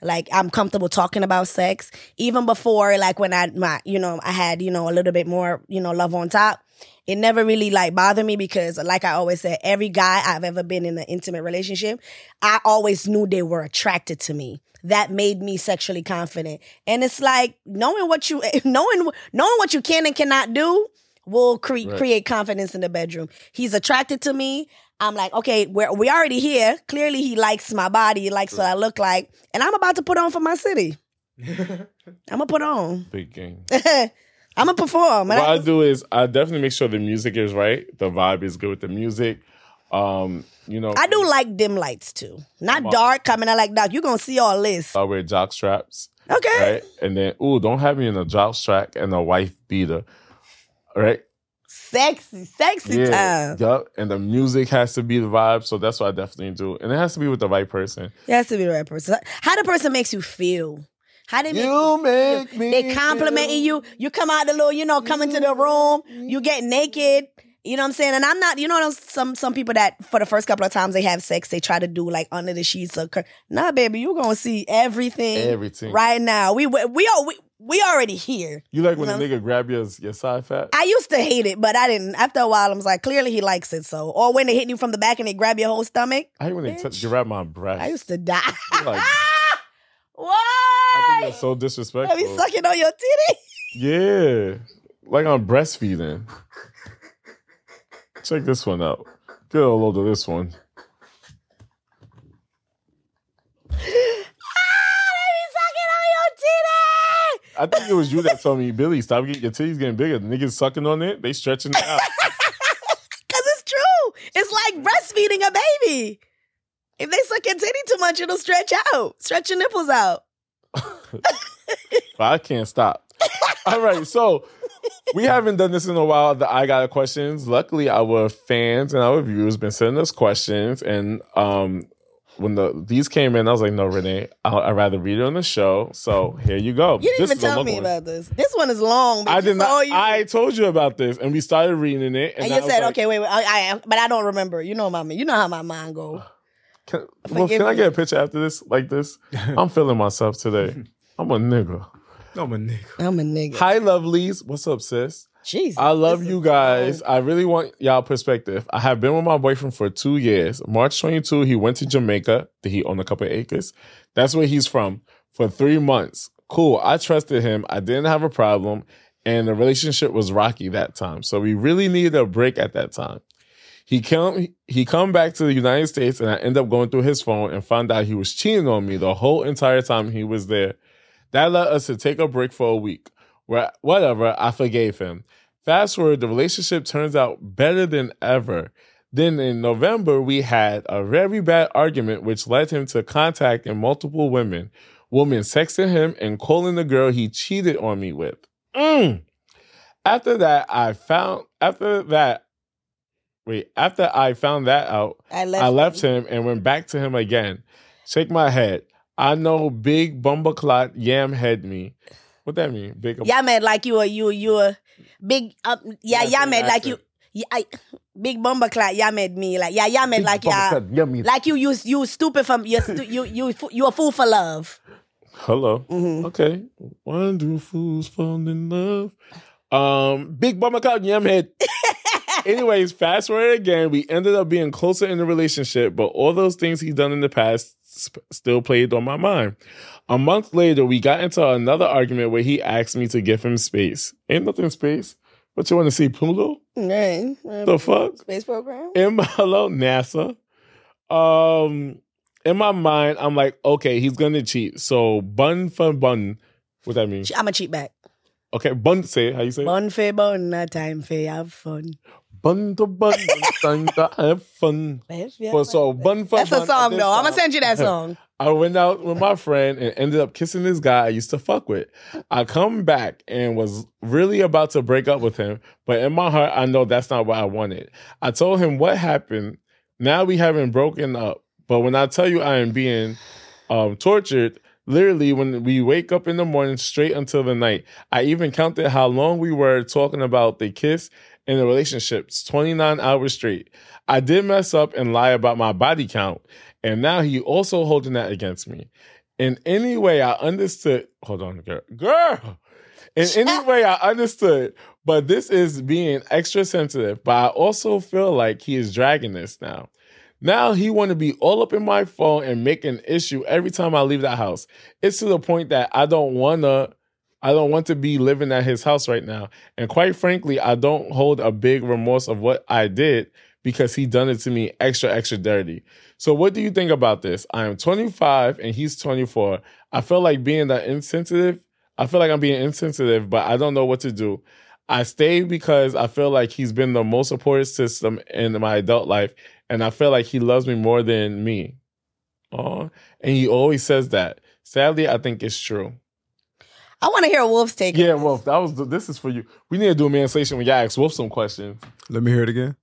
C: Like I'm comfortable talking about sex. Even before, like when I, my, you know, I had, you know, a little bit more, you know, love on top. It never really like bothered me because, like I always said, every guy I've ever been in an intimate relationship, I always knew they were attracted to me. That made me sexually confident. And it's like knowing what you, [laughs] knowing, knowing what you can and cannot do will cre-
B: Right.
C: create confidence in the bedroom. He's attracted to me. I'm like, okay, we're we already here. Clearly, he likes my body. He likes what I look like, and I'm about to put on for my city. I'm gonna put on.
B: Big game.
C: I'm gonna perform. And
B: what
C: I-
B: I do is I definitely make sure the music is right, the vibe is good with the music. Um, you know,
C: I do like dim lights too. Not
B: Come on.
C: dark coming out like dark. You're gonna see all this.
B: I wear jock straps,
C: Okay.
B: right? And then, ooh, don't have me in a jock strap and a wife beater, right?
C: Sexy, sexy time.
B: Yup. And the music has to be the vibe, so that's what I definitely do, and it has to be with the right person.
C: You has to be the right person. How the person makes you feel. How they make
B: You
C: feel.
B: make me
C: They complimenting you. You come out the little, you know, come into the room. You get naked. You know what I'm saying? And I'm not. You know, those- some some people that for the first couple of times they have sex, they try to do like under the sheets or. cur- Nah, baby, you gonna see everything.
B: Everything.
C: Right now, we we we all we, we already here.
B: You like when a
C: No.
B: nigga grab your your side fat?
C: I used to hate it, but I didn't. After a while, I was like, clearly he likes it. So, or when they hit you from the back and they grab your whole stomach,
B: I hate when they touch
C: Bitch.
B: grab my breast.
C: I used to die. [laughs]
B: Like- I think
C: Why?
B: that's
C: [laughs]
B: so
C: Let me
B: disrespectful.
C: suck it on your titty. [laughs]
B: Yeah. Like I'm breastfeeding. Check this one out. Get a load of this one.
C: Ah, let me suck it on your
B: I think it was you that told me, Billy, stop getting your titties getting bigger. The niggas sucking on it, they stretching
C: [laughs]
B: it out.
C: Because it's true. It's like breastfeeding a baby. If they suck your titty too much, it'll stretch out, stretch your nipples out.
B: but I can't stop. All right, so we haven't done this in a while. The I got questions. Luckily, our fans and our viewers been sending us questions, and um, when the these came in, I was like, "No, Renee, I'll, I'd rather read it on the show." So here you go.
C: You didn't
B: This
C: even
B: is a
C: tell
B: long
C: me
B: one.
C: about this. This one is long. But
B: I did
C: all
B: not.
C: You,
B: I told you about this, and we started reading it, and,
C: and
B: I
C: you
B: was
C: said,
B: like,
C: okay, wait, wait I, I, but I don't remember. You know my, you know how my mind goes.
B: Can, well,
C: Forgive
B: can I
C: me.
B: get a picture after this, like [laughs] this? I'm feeling myself today. I'm a nigga.
A: No, my nigga.
C: I'm a nigga.
B: Hi, lovelies. What's up, sis?
C: Jesus,
B: I love
C: this
B: you
C: is
B: guys.
C: long.
B: I really want y'all perspective. I have been with my boyfriend for two years. March 22, he went to Jamaica. Did he own a couple acres? That's where he's from. For three months. Cool. I trusted him. I didn't have a problem. And the relationship was rocky that time. So we really needed a break at that time. He come he come back to the United States and I end up going through his phone and found out he was cheating on me the whole entire time he was there. That led us to take a break for a week. Where whatever, I forgave him. Fast forward, the relationship turns out better than ever. Then in November, we had a very bad argument, which led him to contacting multiple women, women sexting him and calling the girl he cheated on me with. Mm. After that, I found after that, wait, after I found that out,
C: I left.
B: I left him and went back to him again. Shake my head. I know big bumbleclot yam head me. What that mean? Big
C: Y'all made like you a you you a big um yeah
A: That's
C: y'all
A: an
C: made like you
A: accent.
C: yeah, I, big bumper clock y'all made me like yeah y'all made like uh, yeah
B: bumbleclot yam me.
C: like you you you stupid from you stu- you you fo- you a fool for love.
B: Hello.
C: Mhm.
B: Okay. Wonderful's falling in love. Um, big bummer called [laughs] Yamhead. Anyways, fast forward again. We ended up being closer in the relationship, but all those things he's done in the past sp- still played on my mind. A month later, we got into another argument where he asked me to give him space. Ain't nothing space. What you want to see, Pluto?
C: Right.
B: The fuck?
C: space program?
B: in my [laughs] hello NASA. Um, in my mind, I'm like, okay, he's gonna cheat. So bun for bun, what that mean?
C: I'm a cheat back.
B: Okay, bun say it, how you say it?
C: Bun for bun, a uh, time for have fun.
B: bun to
C: [laughs]
B: bun, time to have fun. But so bun for
C: That's
B: bun.
C: a song
B: this
C: though. I'm gonna
B: time-
C: send
B: [laughs]
C: you that song.
B: I went out with my friend and ended up kissing this guy I used to fuck with. I come back and was really about to break up with him, but in my heart, I know that's not what I wanted. I told him what happened. Now we haven't broken up, but when I tell you I am being um, tortured, literally when we wake up in the morning straight until the night, I even counted how long we were talking about the kiss and the relationships 29 hours straight. I did mess up and lie about my body count and now he also holding that against me. In any way, I understood. Hold on, girl, girl. In any way, I understood, but this is being extra sensitive. But I also feel like he is dragging this now. Now he want to be all up in my phone and make an issue every time I leave the house. It's to the point that I don't wanna, I don't want to be living at his house right now. And quite frankly, I don't hold a big remorse of what I did because he done it to me extra, extra dirty. So what do you think about this? I am 25 and he's 24. I feel like being that insensitive. I feel like I'm being insensitive, but I don't know what to do. I stay because I feel like he's been the most supportive system in my adult life, and I feel like he loves me more than me. Aw. And he always says that. Sadly, I think it's true.
C: I want to hear Wolf's take.
B: Yeah, Wolf, that was this is for you. We need to do a manslation when y'all ask Wolf some questions.
A: Let me hear it again.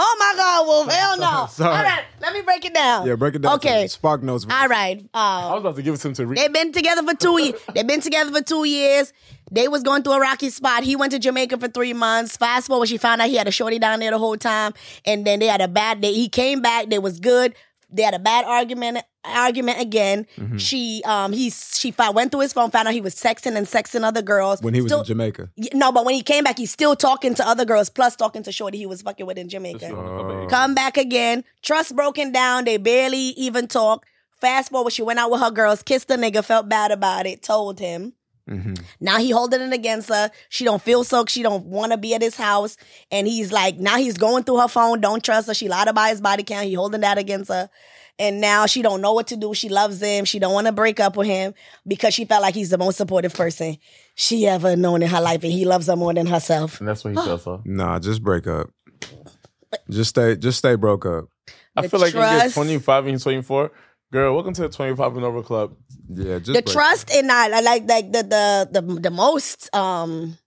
C: Oh my
B: [laughs]
C: God, Wolf! Hell no!
A: Sorry.
C: All right, let me break it down.
A: Yeah, break it down.
C: Okay.
A: To spark notes.
C: All right.
B: I
C: Uh,
B: was about to give it to him to read.
C: They've been together for two years. They've been together for two years. They was going through a rocky spot. He went to Jamaica for three months. Fast forward, she found out he had a shorty down there the whole time, and then they had a bad day. He came back. They was good. They had a bad argument. Argument again.
A: Mm-hmm.
C: She um he she found, went through his phone, found out he was sexing and sexing other girls.
A: When he was
C: Still-
A: in Jamaica.
C: Yeah, no, but when he came back, he's still talking to other girls, plus talking to shorty he was fucking with in Jamaica. Come back again. Trust broken down. They barely even talk. Fast forward, she went out with her girls, kissed the nigga, felt bad about it, told him.
A: Mm-hmm.
C: Now he holding it against her. She don't feel so. She don't want to be at his house. And he's like, now he's going through her phone. Don't trust her. She lied about his body count. He holding that against her. and now she don't know what to do. She loves him. She don't want to break up with him because she felt like he's the most supportive person she ever known in her life, and he loves her more than herself.
B: And that's when he tells
C: [gasps]
B: her.
A: Nah, just break up. Just stay, just stay broke up.
B: I
C: The
B: feel like you get
C: trust-
B: 25 and you're 24. Girl, welcome to the 25 and over club.
A: Yeah, just
C: The
A: break
C: trust and I I like like the the the the most um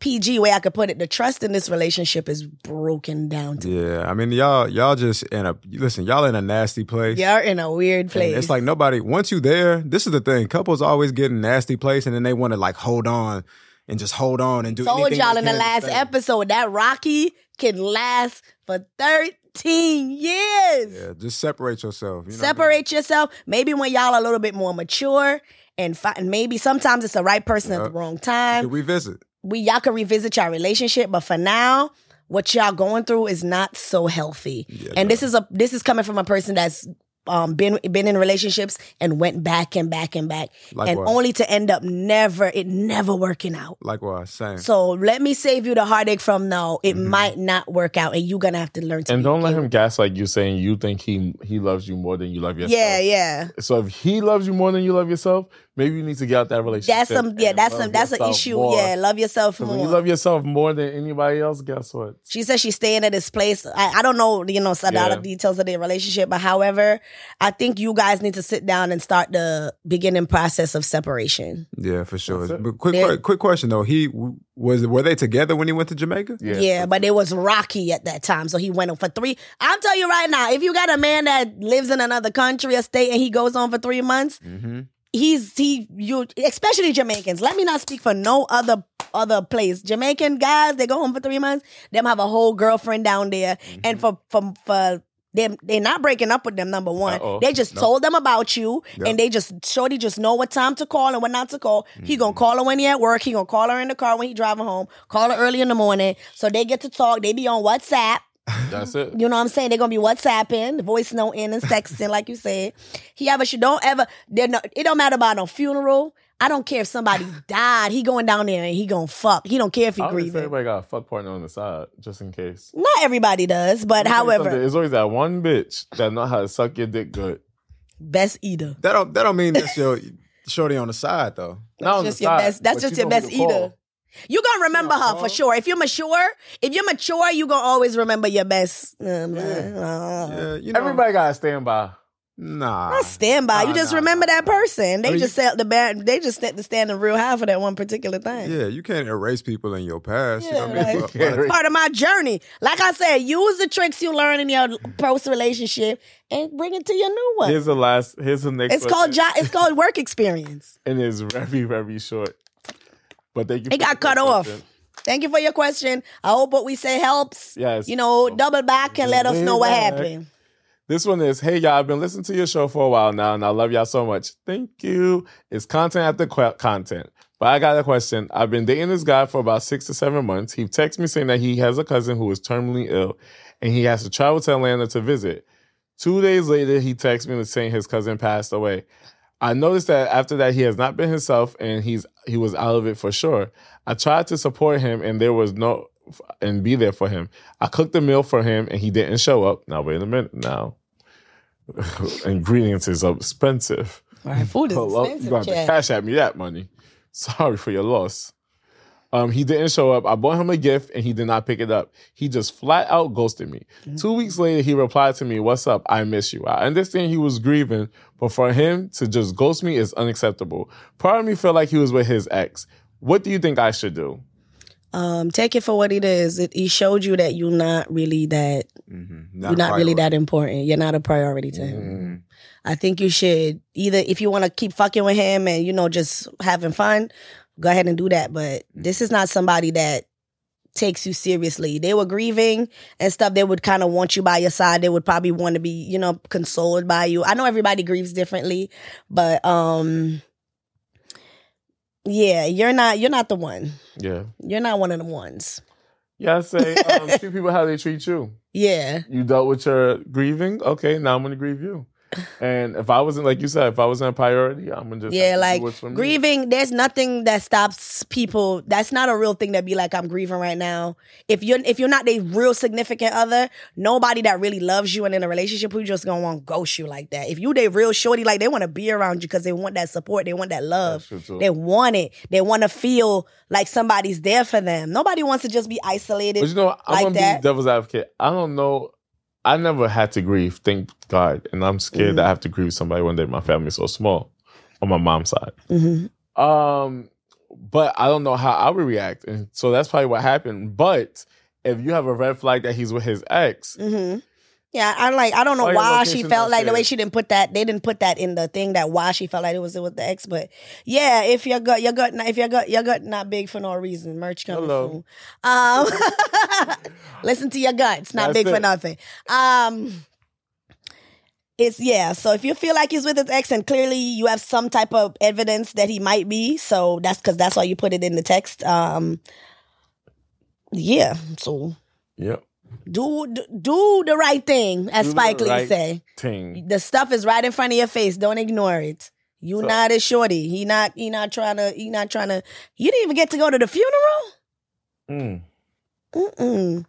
C: PG way I could put it. The trust in this relationship is broken down.
A: up.
C: To,
A: Yeah, I mean y'all, y'all just in a listen. Y'all in a nasty place.
C: You're in a weird
A: And
C: place.
A: It's like nobody. Once you there, this is the thing. Couples always get in a nasty place, and then they want to like hold on and just hold on and do.
C: told
A: anything
C: y'all
A: they
C: in the
A: can to
C: last
A: stay.
C: episode that Rocky can last for 13 years.
A: Yeah, just separate yourself. you know what I mean?
C: Separate yourself. Maybe when y'all a little bit more mature and fi- and maybe sometimes it's the right person at the
A: Yep.
C: wrong time.
A: Did we visit?
C: We y'all can revisit your relationship, but for now, what y'all going through is not so healthy.
A: Yeah,
C: and
A: no.
C: this is a this is coming from a person that's um, been been in relationships and went back and back and back,
A: Likewise.
C: and only to end up never it never working out.
A: Likewise, same.
C: So let me save you the heartache from no, it
A: Mhm.
B: Mm-hmm.
C: might not work out, and you're gonna have to learn to.
B: And
C: be
B: don't let
C: okay
B: him
C: with-
B: gaslight you saying you think he he loves you more than you love yourself.
C: Yeah, yeah.
B: So if he loves you more than you love yourself, maybe you need to get out that relationship.
C: That's some. Yeah,
B: and
C: that's
B: love
C: some. That's an
B: yourself
C: issue.
B: more.
C: Yeah, love yourself
B: 'Cause
C: more.
B: When you love yourself more than anybody else, guess what?
C: she says she's staying at this place. I, I don't know, you know, some
B: Yeah.
C: other details of their relationship, but however, I think you guys need to sit down and start the beginning process of separation.
A: yeah, for sure.
B: That's it.
A: But quick,
C: There-
A: quick question though. He was were they together when he went to Jamaica?
C: Yeah, but it was rocky at that time. So he went on for three. I'm telling you right now, if you got a man that lives in another country or state and he goes on for three months,
A: Mm-hmm.
C: he's he you especially Jamaicans. Let me not speak for no other other place. Jamaican guys, they go home for three months. Them have a whole girlfriend down there,
A: Mm-hmm.
C: and for for for them, they're not breaking up with them. Number one,
B: Uh-oh.
C: they just
A: No.
C: told them about you,
A: Yep.
C: and they just shorty just know what time to call and what not to call. He gonna
A: Mm-hmm.
C: call her when he at work. He gonna call her in the car when he driving home. Call her early in the morning, so they get to talk. They be on WhatsApp.
B: That's
C: [laughs]
B: it.
C: You know what I'm saying? They're gonna be WhatsApping, voice note in and sexting, like you said. He ever should don't ever they're no, it don't matter about no funeral. I don't care if
B: [laughs]
C: somebody died. He going down there and he gonna fuck. He don't care if he
B: I always say
C: grieving.
B: everybody got a fuck partner on the side, just in case.
C: Not everybody does,
B: Let
C: but
B: me tell you something,
C: however,
B: there's always that one bitch that know how to suck your dick good.
C: best eater.
A: That don't that don't mean
C: [laughs]
A: that's your shorty on the side though.
B: Not on
C: just
B: the
C: your
B: side,
C: best- that's
B: but
C: just
B: you
C: your
B: know who
C: best
B: to call.
C: eater. You gonna remember
B: Yeah,
C: her
B: huh?
C: for sure. If you're mature, if you're mature, you gonna always remember your best. Um, uh,
A: Yeah, you know.
B: Everybody got a
C: [laughs]
B: standby.
A: Nah.
C: Not stand by.
B: Nah,
C: you just
B: nah,
C: remember
B: nah,
C: that person. They
A: mean,
C: just set the bad. They just set the standard real high for that one particular thing.
A: Yeah, you can't erase people in your past. you know what I
C: Yeah,
A: mean?
B: right.
A: By the
C: part of my journey. Like I said, use the tricks you learn in your post relationship and bring it to your new one.
B: Here's the last. Here's the next.
C: it's called
B: question,
C: jo- it's called work experience.
B: and it's very very short. But thank you.
C: It
B: for
C: got
B: the
C: cut off.
B: question.
C: Thank you for your question. I hope what we say helps.
B: Yes.
C: You know, double back and let us know what
B: Way back.
C: happened.
B: This one is, hey y'all, I've been listening to your show for a while now, and I love y'all so much. Thank you. It's content after qu- content. But I got a question. I've been dating this guy for about six to seven months. He texts me saying that he has a cousin who is terminally ill, and he has to travel to Atlanta to visit. Two days later, he texts me saying his cousin passed away. I noticed that after that, he has not been himself, and he's he was out of it for sure. I tried to support him, and there was no and be there for him. I cooked a meal for him, and he didn't show up. Now wait a minute, now ingredients is expensive.
C: All right, food is
B: Hello? Oh, you got to
C: expensive, Chad.
B: cash at me that money. [laughs] Sorry for your loss. Um, he didn't show up. I bought him a gift and he did not pick it up. He just flat out ghosted me. Two weeks later, he replied to me, What's up? I miss you. I understand he was grieving, but for him to just ghost me is unacceptable. Part of me felt like he was with his ex. What do you think I should do?
C: Um, take it for what it is. It, he showed you that you're not really that. [laughs]
A: Mhm.
C: you're not really
A: priority.
C: that important. You're not a priority to him.
A: Mm-hmm.
C: I think you should either if you want to keep fucking with him and you know just having fun, go ahead and do that. But this is not somebody that takes you seriously. They were grieving and stuff. They would kind of want you by your side. They would probably want to be you know consoled by you. I know everybody grieves differently, but um, yeah, you're not you're not the one.
B: Yeah.
C: You're not one of the ones.
B: Yeah, I say, [laughs] um, treat people how they treat you.
C: Yeah.
B: You dealt with your grieving. Okay, now I'm going to grieve you. And if I wasn't like you said, if I wasn't a priority, I'm gonna just have
C: Yeah,
B: to
C: like
B: do what's for me.
C: grieving, there's nothing that stops people. That's not a real thing to be like, I'm grieving right now. If you're if you're not the real significant other, nobody that really loves you and in a relationship who just gonna want to ghost you like that. If you they real shorty, like they wanna be around you because they want that support, they want that love.
B: That's true, too.
C: They want it. They wanna feel like somebody's there for them. Nobody wants to just be isolated.
B: But you know, I'm
C: like
B: gonna
C: that.
B: be devil's advocate. I don't know. I never had to grieve, thank God, and I'm scared
C: Mm-hmm.
B: that I have to grieve somebody one day. My family's so small on my mom's side.
C: Mhm.
B: Um, but I don't know how I would react, and so that's probably what happened. But if you have a red flag that he's with his ex,
C: Mm-hmm. Yeah, I'm like, I don't know
B: All your
C: why she
B: locations
C: felt like the way
B: upstairs.
C: she didn't put that. They didn't put that in the thing that why she felt like it was it was the ex. But yeah, if your gut, your gut, if your gut, your gut not big for no reason. Merch coming
B: Hello.
C: soon. Um, [laughs] listen to your gut. It's not
B: That's
C: big for
B: it.
C: nothing. Um. It's yeah. So if you feel like he's with his ex, and clearly you have some type of evidence that he might be, so that's because that's why you put it in the text. Um, yeah. So Mm-hmm.
B: yep,
C: do do- do the right thing, as
B: Do the
C: Spike Lee
B: right-
C: say.
B: ting.
C: The stuff is right in front of your face. Don't ignore it. You
B: So-
C: not a shorty. He not he not trying to he not trying to. You didn't even get to go to the funeral.
B: Mm.
C: Mm-mm.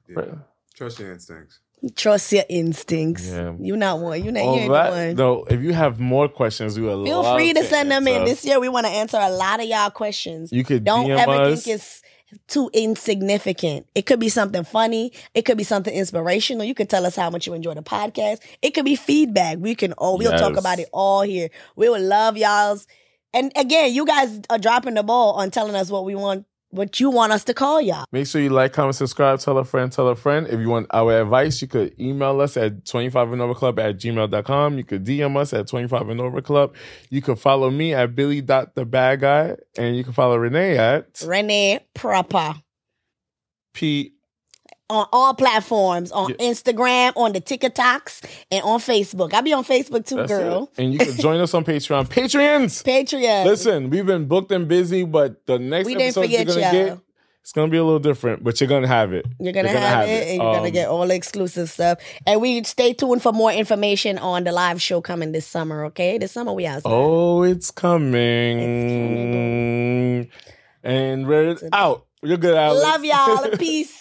A: Trust your instincts.
C: Trust your instincts.
B: Yeah.
C: You not one. You not you
B: On
C: ain't
B: that,
C: the one.
B: though, Oh, if you have more questions, we would
C: Feel
B: love
C: free to send them in.
B: answer.
C: This year we want to answer a lot of y'all questions.
B: you could
C: Don't
B: DM
C: ever
B: us.
C: think it's too insignificant. It could be something funny. It could be something inspirational. You could tell us how much you enjoy the podcast. It could be feedback. We can oh, we'll talk
B: Yes.
C: about it all here. We would love y'all's. And again, you guys are dropping the ball on telling us what we want, what you want us to call y'all.
B: Make sure you like, comment, subscribe, tell a friend, tell a friend. If you want our advice, you could email us at 25 and over club at gmail.com. You could DM us at 25 and over club. You could follow me at billy.thebadguy. And you can follow Renee at
C: Renee Proper
B: P.
C: on all platforms, on
B: Yeah.
C: Instagram, on the TikToks, and on Facebook. I be on Facebook too,
B: That's
C: girl.
B: it. And you can join us on
C: [laughs]
B: Patreon. Patreons!
C: Patreon.
B: Listen, we've been booked and busy, but the next
C: We didn't
B: episode you're
C: forget
B: going to
C: y'all.
B: get, it's going to be a little different, but you're going to have it.
C: You're gonna, have, it, and you're gonna
B: Um,
C: get all the exclusive stuff. And we stay tuned for more information on the live show coming this summer. Okay, this summer we outside.
B: Oh, it's
C: coming.
B: coming. And we're out. You're good, Alex.
C: [laughs] Love y'all. Peace.